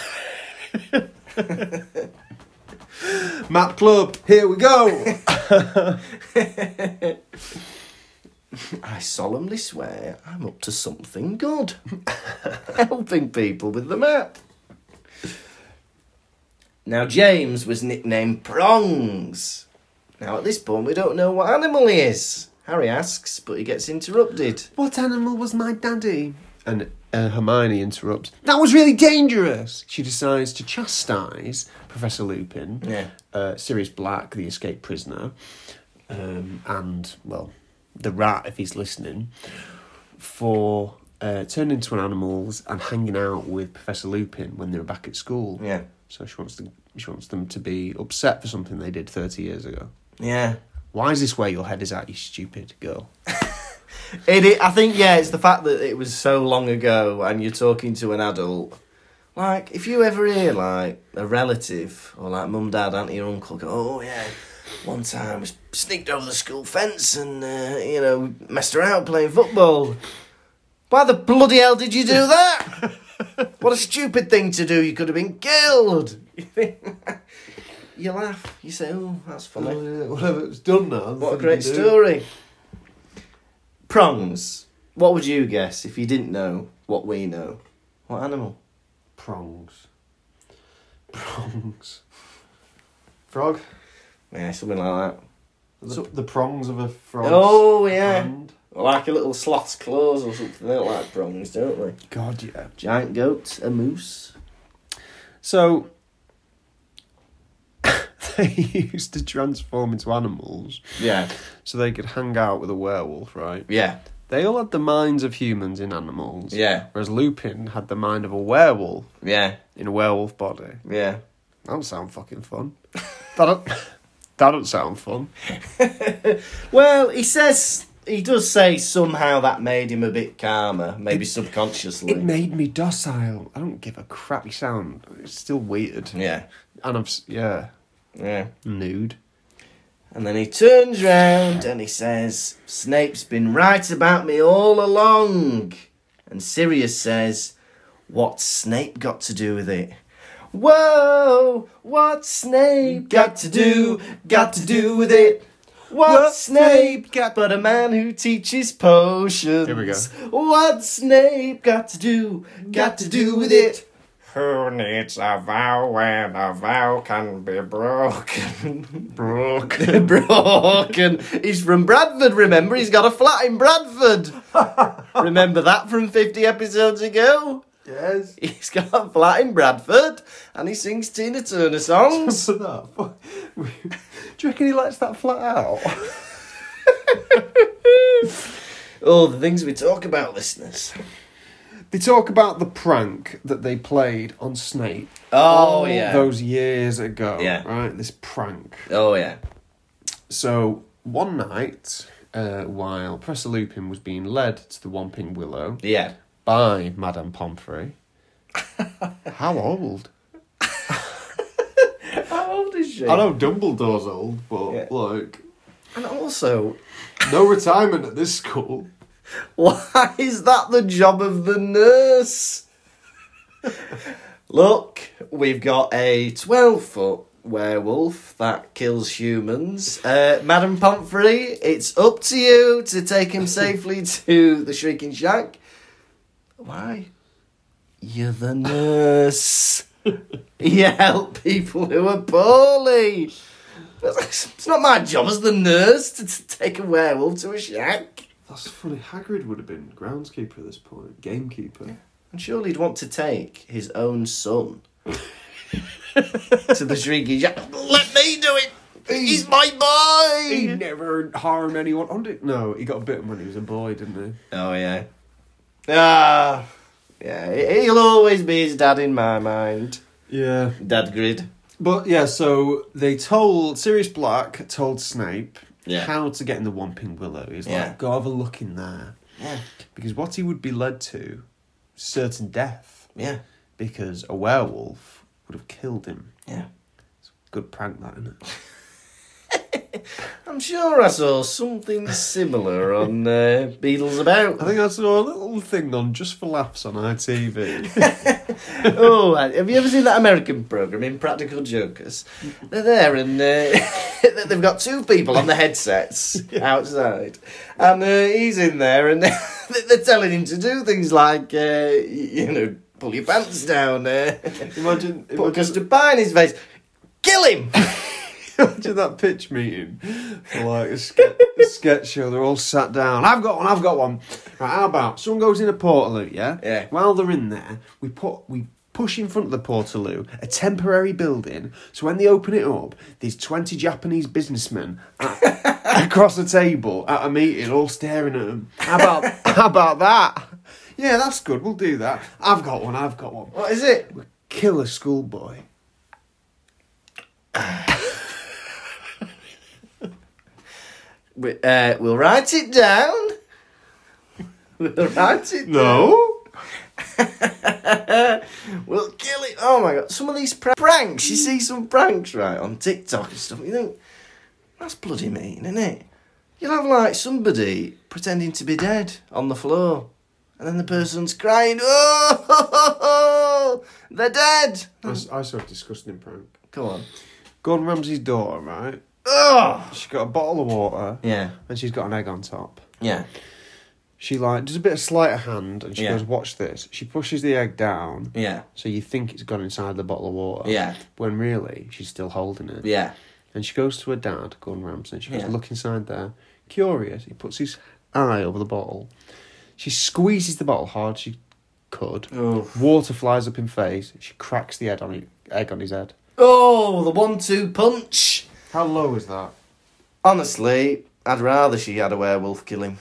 A: Map Club, here we go.
C: I solemnly swear I'm up to something good. Helping people with the map. Now, James was nicknamed Prongs. Now, at this point, we don't know what animal he is. Harry asks, but he gets interrupted.
A: what animal was my daddy? And uh, Hermione interrupts. That was really dangerous. She decides to chastise Professor Lupin,
C: Yeah.
A: uh, Sirius Black, the escaped prisoner, um, and well, the rat if he's listening, for uh, turning into an animals and hanging out with Professor Lupin when they were back at school.
C: Yeah.
A: So she wants to, she wants them to be upset for something they did thirty years ago.
C: Yeah.
A: Why is this where your head is at, you stupid girl?
C: It, it, I think, yeah, it's the fact that it was so long ago and you're talking to an adult. Like, if you ever hear, like, a relative or, like, mum, dad, auntie, or uncle go, oh, yeah, one time I sneaked over the school fence and, uh, you know, messed around playing football. Why the bloody hell did you do that? what a stupid thing to do. You could have been killed. you laugh. You say, oh, that's funny.
A: whatever, it's done now.
C: What a great story. Prongs. What would you guess if you didn't know what we know? What animal?
A: Prongs. Prongs. Frog?
C: Yeah, something like that.
A: The, the prongs of a frog.
C: Oh, yeah. Like a little sloth's claws or something. They look like prongs, don't they?
A: God, yeah.
C: Giant goat, a moose.
A: So, they used to transform into animals
C: Yeah.
A: so they could hang out with a werewolf, right?
C: Yeah.
A: They all had the minds of humans in animals.
C: Yeah.
A: Whereas Lupin had the mind of a werewolf
C: Yeah.
A: in a werewolf body.
C: Yeah.
A: That don't sound fucking fun. that, don't, that don't sound fun.
C: Well, he says he does say somehow that made him a bit calmer, maybe subconsciously.
A: It made me docile. I don't give a crappy sound. It's still weird.
C: yeah,
A: And I've, s- yeah,
C: yeah.
A: nude.
C: And then he turns round and he says, Snape's been right about me all along. And Sirius says, What's Snape got to do with it? Whoa, what's Snape got to do, got to do with it? What's Snape got but a man who teaches potions?
A: Here we go.
C: What's Snape got to do, got to do with it? Who needs a vow when a vow can be broken? Broken. broken. He's from Bradford, remember? He's got a flat in Bradford. remember that from 50 episodes ago?
A: Yes.
C: He's got a flat in Bradford and he sings Tina Turner songs.
A: So that. Do you reckon he lets that flat out?
C: oh, the things we talk about, listeners.
A: They talk about the prank that they played on Snape.
C: Oh,
A: all
C: yeah.
A: Those years ago.
C: Yeah.
A: Right? This prank.
C: Oh, yeah.
A: So one night, uh, while Professor Lupin was being led to the Wamping Willow
C: Yeah.
A: by Madame Pomfrey, how old?
C: How old is she?
A: I know Dumbledore's old, but
C: Yeah.
A: like,
C: And also,
A: no retirement at this school.
C: Why is that the job of the nurse? Look, we've got a 12 foot werewolf that kills humans. Uh, Madam Pomfrey, it's up to you to take him safely to the Shrieking Shack. Why? You're the nurse. you help people who are poorly. It's not my job as the nurse to, to take a werewolf to a shack.
A: That's funny. Hagrid would have been groundskeeper at this point, gamekeeper.
C: And surely he'd want to take his own son to the shrieking jack. Let me do it! He's my
A: He
C: boy!
A: never harmed anyone. Oh, did- No, he got bitten when he was a boy, didn't
C: Oh, yeah. Ah. Yeah, he- he'll always be his dad in my mind.
A: he? Yeah.
C: Dad grid.
A: But yeah, so they told Sirius Black told Snape
C: Yeah.
A: how to get in the Whomping Willow. He's
C: Yeah.
A: like, go have a look in there,
C: Yeah,
A: because what he would be led to, certain death,
C: yeah,
A: because a werewolf would have killed him.
C: yeah.
A: Good prank, that isn't it?
C: I'm sure I saw something similar on uh, Beatles About.
A: I think I saw a little thing on just for laughs on ITV.
C: oh, have you ever seen that American program, Impractical Jokers? They're there and uh, they've got two people on the headsets outside, and uh, he's in there and they're telling him to do things like, uh, y- you know, pull your pants down, uh,
A: imagine,
C: put a
A: imagine,
C: custard pie in his face, kill him.
A: imagine that pitch meeting, for like a, ske- a sketch show. They're all sat down. I've got one. I've got one. Right, how about someone goes in a portaloo? Yeah.
C: Yeah.
A: While they're in there, we put we push in front of the portaloo a temporary building. So when they open it up, there's twenty Japanese businessmen at, across the table at a meeting, all staring at them. How about how about that? Yeah, that's good. We'll do that. I've got one. I've got one.
C: what is it?
A: We kill a schoolboy.
C: We, uh, we'll write it down. We'll write it
A: No.
C: We'll kill it. Oh my god! Some of these pr- pranks, you see some pranks right on TikTok and stuff. You think that's bloody mean, isn't it? You'll have like somebody pretending to be dead on the floor, and then the person's crying, "Oh, they're dead."
A: I, s- I saw a disgusting prank.
C: Come on.
A: Gordon Ramsay's daughter, right?
C: Oh.
A: She's got a bottle of water
C: Yeah.
A: and she's got an egg on top.
C: Yeah.
A: She like does a bit of sleight of hand and she
C: Yeah.
A: goes, "Watch this." She pushes the egg down,
C: Yeah.
A: so you think it's gone inside the bottle of water.
C: Yeah.
A: When really she's still holding it.
C: Yeah.
A: And she goes to her dad, Gordon Ramsay. and She goes,
C: Yeah.
A: "Look inside there." Curious, he puts his eye over the bottle. She squeezes the bottle hard she could.
C: Oof.
A: Water flies up in face. She cracks the egg on his, egg on his head.
C: Oh, the one-two punch.
A: How low is that?
C: Honestly, I'd rather she had a werewolf kill him.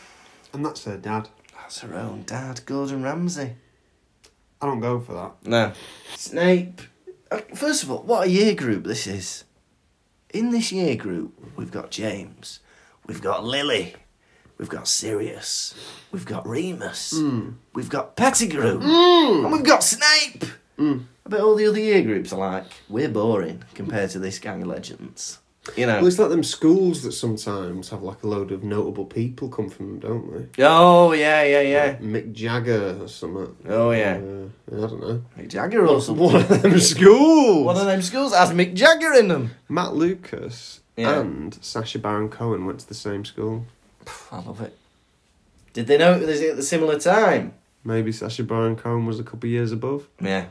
A: And that's her dad.
C: That's her own dad, Gordon Ramsay.
A: I don't go for that.
C: No. Snape. Uh, First of all, what a year group this is. In this year group, we've got James, we've got Lily, We've got Sirius. We've got Remus. We've got Pettigrew. And we've got Snape. I bet all the other year groups are like, we're boring compared to this gang of legends. You know.
A: Well, it's like them schools that sometimes have like a load of notable people come from them, don't
C: Oh, yeah, yeah, yeah.
A: they? Mick Jagger or something.
C: Oh, yeah.
A: Uh, I don't know.
C: Mick Jagger or something.
A: One of them schools.
C: One of them schools has Mick Jagger in them.
A: Matt Lucas
C: Yeah.
A: and Sasha Baron Cohen went to the same school.
C: I love it. Did they know it was at the similar time?
A: Maybe Sasha Baron Cohen was a couple of years above.
C: Yeah.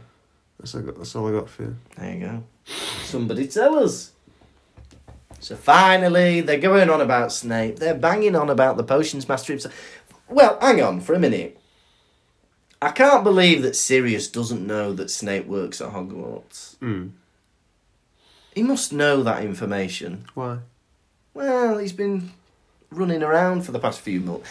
A: That's, all I got, that's all I got for you.
C: There you go. Somebody tell us. So finally, they're going on about Snape. They're banging on about the potions master himself. Well, hang on for a minute. I can't believe that Sirius doesn't know that Snape works at Hogwarts.
A: Hmm.
C: He must know that information.
A: Why?
C: Well, he's been running around for the past few months.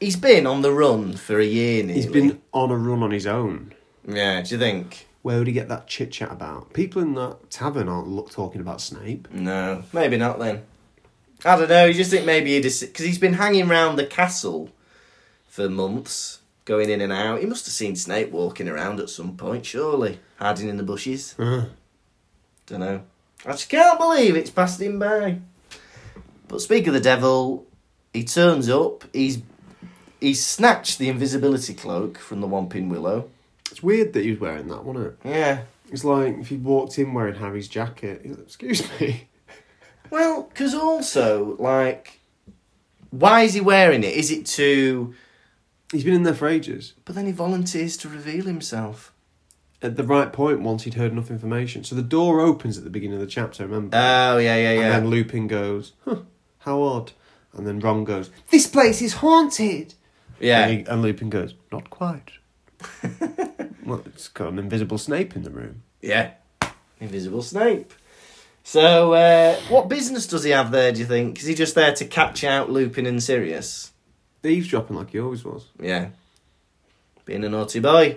C: He's been on the run for a year nearly.
A: He's been on a run on his own.
C: Yeah, do you think?
A: Where would he get that chit chat about? People in that tavern aren't lo- talking about Snape.
C: No, maybe not then. I don't know. You just think maybe he just because he's been hanging round the castle for months, going in and out. He must have seen Snape walking around at some point, surely, hiding in the bushes.
A: Uh,
C: Don't know. I just can't believe it's passed him by. But speak of the devil, he turns up. He's he snatched the invisibility cloak from the Wampin Willow.
A: it's weird that he was wearing that, wasn't it?
C: Yeah.
A: It's like if he walked in wearing Harry's jacket. he's like, Excuse me.
C: Well, because also like, why is he wearing it? Is it to
A: He's been in there for ages.
C: But then he volunteers to reveal himself.
A: At the right point, once he'd heard enough information. So the door opens at the beginning of the chapter, remember?
C: Oh yeah, yeah, yeah.
A: And then Lupin goes, huh, how odd. And then Ron goes, this place is haunted.
C: yeah.
A: And, he, and Lupin goes, not quite. well, it's got an invisible Snape in the room.
C: Yeah. Invisible Snape. So, uh, what business does he have there, do you think? Is he just there to catch out Lupin and Sirius?
A: Eavesdropping like he always was.
C: Yeah. Being a naughty boy.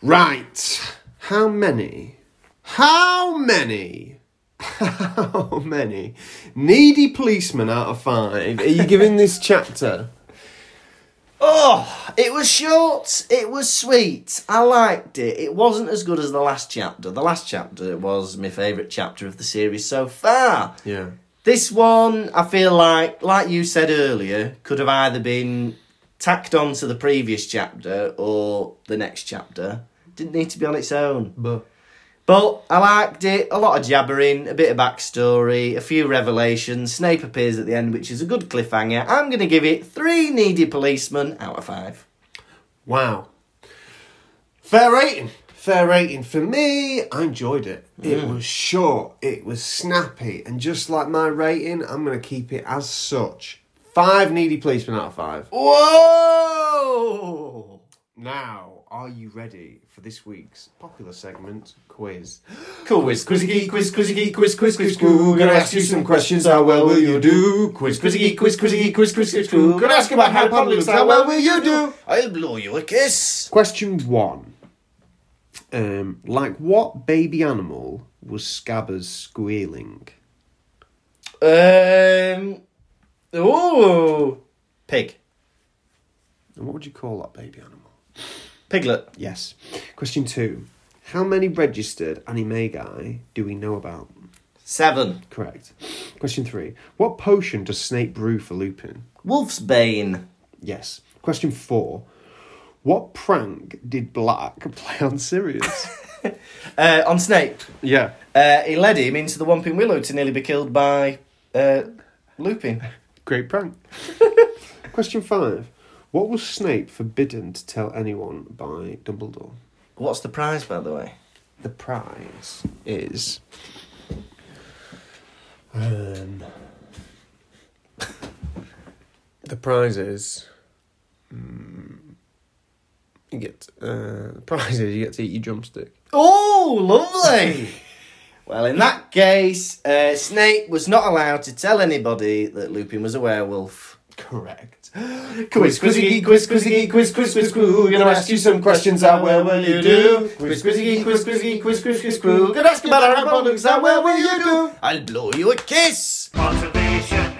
A: Right. How many? How many? How many needy policemen out of five are you giving this chapter?
C: Oh, it was short. It was sweet. I liked it. It wasn't as good as the last chapter. The last chapter was my favourite chapter of the series so far.
A: Yeah.
C: This one, I feel like, like you said earlier, could have either been tacked on to the previous chapter or the next chapter. Didn't need to be on its own.
A: But
C: But I liked it. A lot of jabbering, a bit of backstory, a few revelations. Snape appears at the end, which is a good cliffhanger. I'm going to give it three needy policemen out of five.
A: wow. Fair rating. Fair rating for me. I enjoyed it. It was short. It was snappy. And just like my rating, I'm going to keep it as such. Five needy policemen out of five.
C: Whoa!
A: Now, are you ready for this week's popular segment quiz?
C: Quiz, quizzy, quiz, quizzy, quiz, quiz, quiz,
A: We're gonna ask you some questions. How well will you do? Quiz, quiz,
C: Quizzy,
A: quiz,
C: quiz, quizzy, quiz, quiz, quiz, quiz.
A: Gonna ask you about how Pablo looks. How well will you do?
C: I'll blow you a kiss.
A: Question one. Um, like what baby animal was Scabbers squealing?
C: Um. Ooh. Pig.
A: And what would you call that baby animal?
C: Piglet.
A: Yes. Question two. How many registered animagi do we know about?
C: Seven.
A: Correct. Question three. What potion does Snape brew for Lupin?
C: Wolf's Bane.
A: Yes. Question four. What prank did Black play on Sirius?
C: Uh, on Snape.
A: yeah.
C: Uh, he led him into the Wamping Willow to nearly be killed by uh, Lupin.
A: Great prank. Question five. What was Snape forbidden to tell anyone by Dumbledore?
C: What's the prize, by the way?
A: The prize is. Um, the prize is. mm, you get. Uh, the prize is you get to eat your drumstick.
C: Oh, lovely. well, in that case, uh, Snape was not allowed to tell anybody that Lupin was a werewolf.
A: Correct.
C: Quiz, quizzy, quiz, quizzy, quiz, quiz, quiz, quiz. Gonna ask you some questions. How well will you do? Quiz, quizzy, quiz, quizzy, quiz, quiz, quiz, quiz. Gonna ask you about our products. How well will you do? I'll blow you a kiss.
B: Conservation.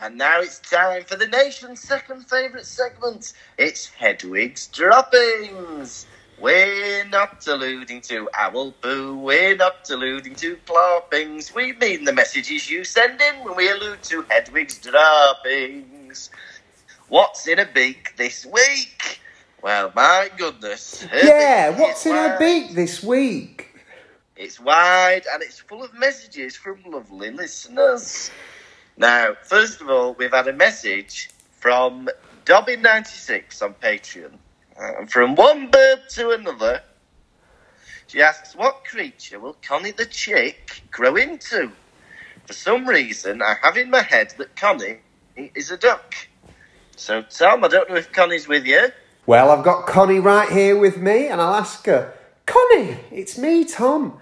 E: And now it's time for the nation's second favourite segment. It's Hedwig's Droppings. We're not alluding to owl poo. We're not alluding to ploppings. We mean the messages you send in when we allude to Hedwig's Droppings. What's in a beak this week? Well, my goodness. Her
A: Yeah,
E: beak
A: what's
E: is
A: in her
E: wide.
A: beak this week?
E: It's wide and it's full of messages from lovely listeners. Now, first of all, we've had a message from Dobbin96 on Patreon. Uh, from one bird to another, she asks, What creature will Connie the chick grow into? For some reason, I have in my head that Connie is a duck. So, Tom, I don't know if Connie's with you.
A: Well, I've got Connie right here with me, and I'll ask her. Connie, it's me, Tom.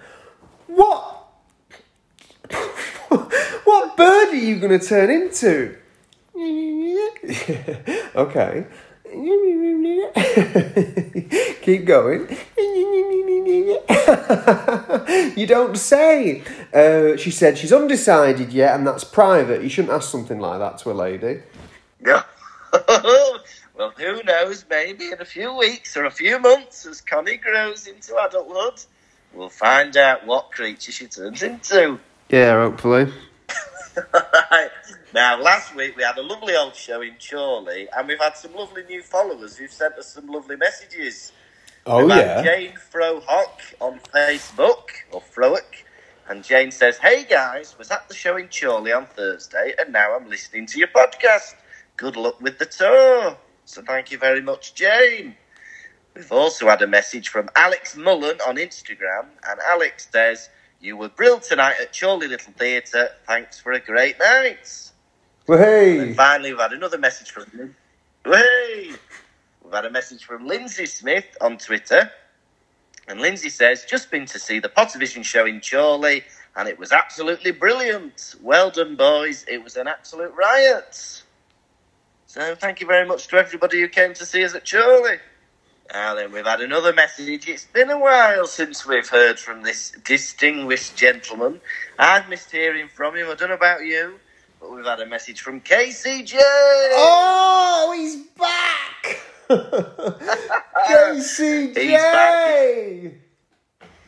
A: What? what bird are you going to turn into? okay. Keep going. you don't say. Uh, she said she's undecided yet, and that's private. You shouldn't ask something like that to a lady.
E: No. well, who knows? Maybe in a few weeks or a few months, as Connie grows into adulthood, we'll find out what creature she turns into.
A: Yeah, hopefully.
E: Right. Now, last week we had a lovely old show in Chorley, and we've had some lovely new followers who've sent us some lovely messages.
A: Oh,
E: We've
A: yeah.
E: had Jane Frohock on Facebook, or Frohock, and Jane says, Hey guys, was at the show in Chorley on Thursday, and now I'm listening to your podcast. Good luck with the tour. So thank you very much, Jane. We've also had a message from Alex Mullen on Instagram, and Alex says, You were brilliant tonight at Chorley Little Theatre. Thanks for a great night.
A: Well,
E: And
A: hey.
E: finally, we've had another message from Lin- Hey! We've had a message from Lindsay Smith on Twitter. And Lindsay says, just been to see the Pottervision show in Chorley, and it was absolutely brilliant. Well done, boys. It was an absolute riot. So thank you very much to everybody who came to see us at Chorley. And then we've had another message. It's been a while since we've heard from this distinguished gentleman. I've missed hearing from him. I don't know about you, but we've had a message from KCJ.
A: Oh, he's back! JCJ!
E: He's back.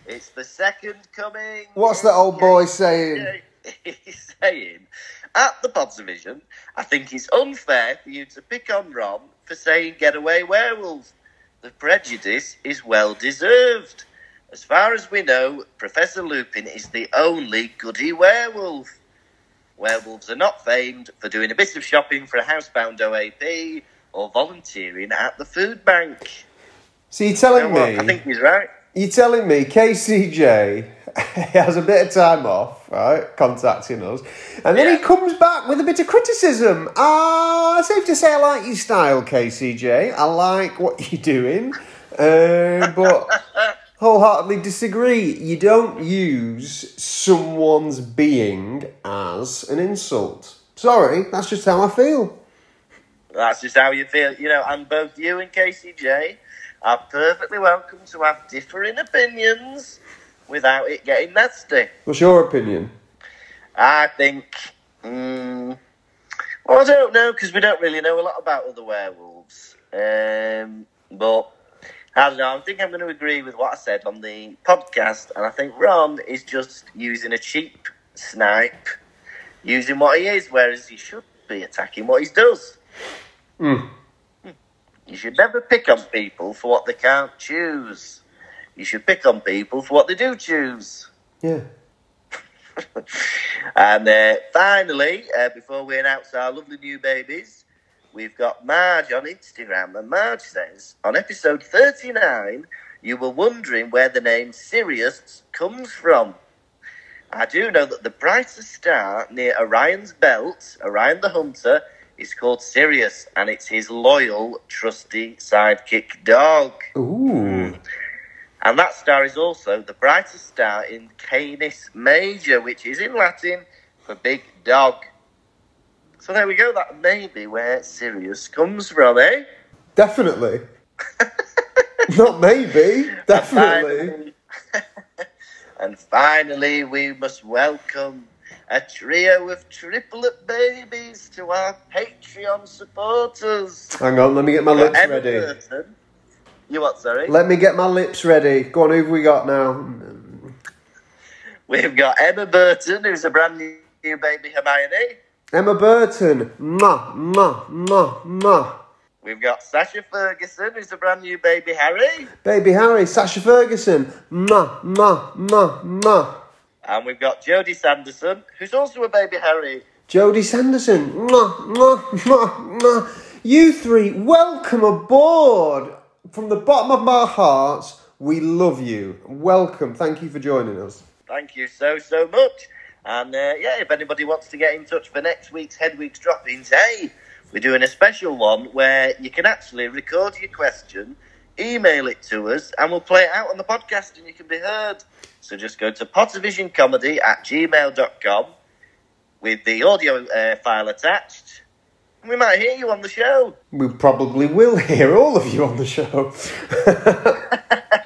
E: It's the second coming.
A: What's that old boy saying?
E: He's saying, at the Pods Division, I think it's unfair for you to pick on Ron for saying getaway werewolf. The prejudice is well deserved. As far as we know, Professor Lupin is the only goody werewolf. Werewolves are not famed for doing a bit of shopping for a housebound OAP or volunteering at the food bank.
A: So you're
E: You know
A: telling
E: what? I
A: me,
E: think he's right.
A: you're telling me KCJ has a bit of time off, right, contacting us, and then he
E: Yeah.
A: comes back with a bit of criticism. Ah, safe to say I like your style, KCJ. I like what you're doing, uh, but... wholeheartedly disagree. You don't use someone's being as an insult. Sorry, that's just how I feel.
E: That's just how you feel, you know. And both you and KCJ are perfectly welcome to have differing opinions without it getting nasty.
A: What's your opinion?
E: I think. Mm, well, I don't know because we don't really know a lot about other werewolves. Um, but I don't know. I think I'm going to agree with what I said on the podcast, and I think Ron is just using a cheap snipe, using what he is, whereas he should be attacking what he does. You should never pick on people for what they can't choose. You should pick on people for what they do choose.
A: Yeah.
E: And uh, finally, uh, before we announce our lovely new babies, we've got Marge on Instagram. And Marge says, on episode 39, you were wondering where the name Sirius comes from. I do know that the brightest star near Orion's belt, Orion the Hunter, is called Sirius, and it's his loyal, trusty sidekick dog.
A: Ooh.
E: And that star is also the brightest star in Canis Major, which is in Latin for big dog. So there we go, that may be where Sirius comes from, eh?
A: Definitely. Not maybe. Definitely.
E: Finally- and finally, we must welcome a trio of triplet babies to our Patreon supporters.
A: Hang on, let me get my lips
E: Emma
A: ready.
E: Burton. You what, sorry?
A: Let me get my lips ready. Go on, who have we got now?
E: We've got Emma Burton, who's a brand new baby Hermione.
A: Emma Burton. Ma, ma, ma, ma.
E: We've got Sasha Ferguson, who's a brand new baby Harry.
A: Baby Harry, Sasha Ferguson. Ma, ma, ma, ma.
E: And we've got Jodie Sanderson, who's also a baby Harry.
A: Jodie Sanderson. Mwah, mwah, mwah, mwah. You three, welcome aboard. From the bottom of my heart, we love you. Welcome. Thank you for joining us.
E: Thank you so, so much. And uh, yeah, if anybody wants to get in touch for next week's Head Week's Droppings, hey, we're doing a special one where you can actually record your question, email it to us, and we'll play it out on the podcast and you can be heard. So just go to pottervisioncomedy at gmail.com with the audio uh, file attached. and We might hear you on the show.
A: We probably will hear all of you on the show.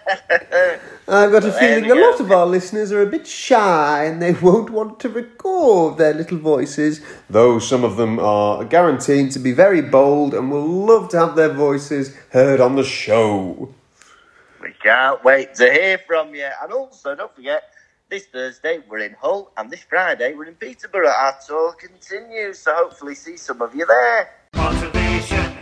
A: I've got a
E: Well, there
A: feeling
E: we
A: a lot
E: go.
A: of our listeners are a bit shy and they won't want to record their little voices, though some of them are guaranteed to be very bold and will love to have their voices heard on the show.
E: We can't wait to hear from you. And also, don't forget, this Thursday we're in Hull, and this Friday we're in Peterborough. Our tour continues, so hopefully see some of you there.
B: Motivation.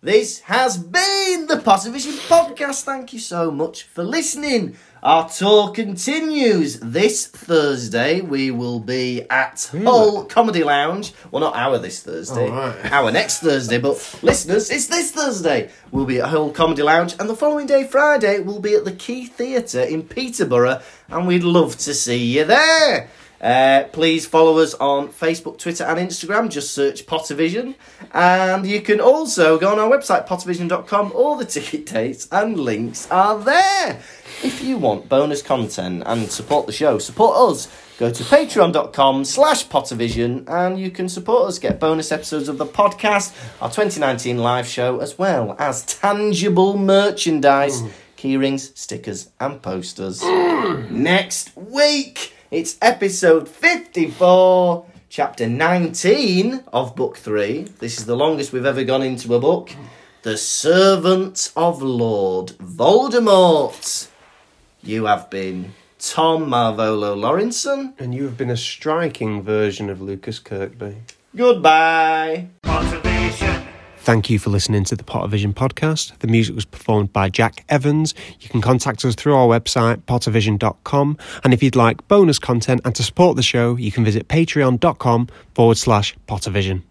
C: This has been the Pottervision Podcast. Thank you so much for listening. Our tour continues this Thursday. We will be at Hull Comedy Lounge. Well, not our this Thursday,
A: Oh, right.
C: our next Thursday, but listeners, it's this Thursday. We'll be at Hull Comedy Lounge, and the following day, Friday, we'll be at the Key Theatre in Peterborough, and we'd love to see you there. Uh, please follow us on Facebook, Twitter, and Instagram. Just search Pottervision. And you can also go on our website, pottervision.com. All the ticket dates and links are there. If you want bonus content and support the show, support us. Go to patreon.com slash pottervision and you can support us, get bonus episodes of the podcast, our 2019 live show, as well as tangible merchandise, keyrings, stickers, and posters next week. It's episode 54, chapter 19 of book 3. This is the longest we've ever gone into a book. The Servant of Lord Voldemort. You have been Tom Marvolo Lawrenson.
A: And you have been a striking version of Lucas Kirkby.
C: Goodbye.
B: Motivation.
D: Thank you for listening to the Pottervision podcast. The music was performed by Jack Evans. You can contact us through our website, pottervision.com. And if you'd like bonus content and to support the show, you can visit patreon.com forward slash pottervision.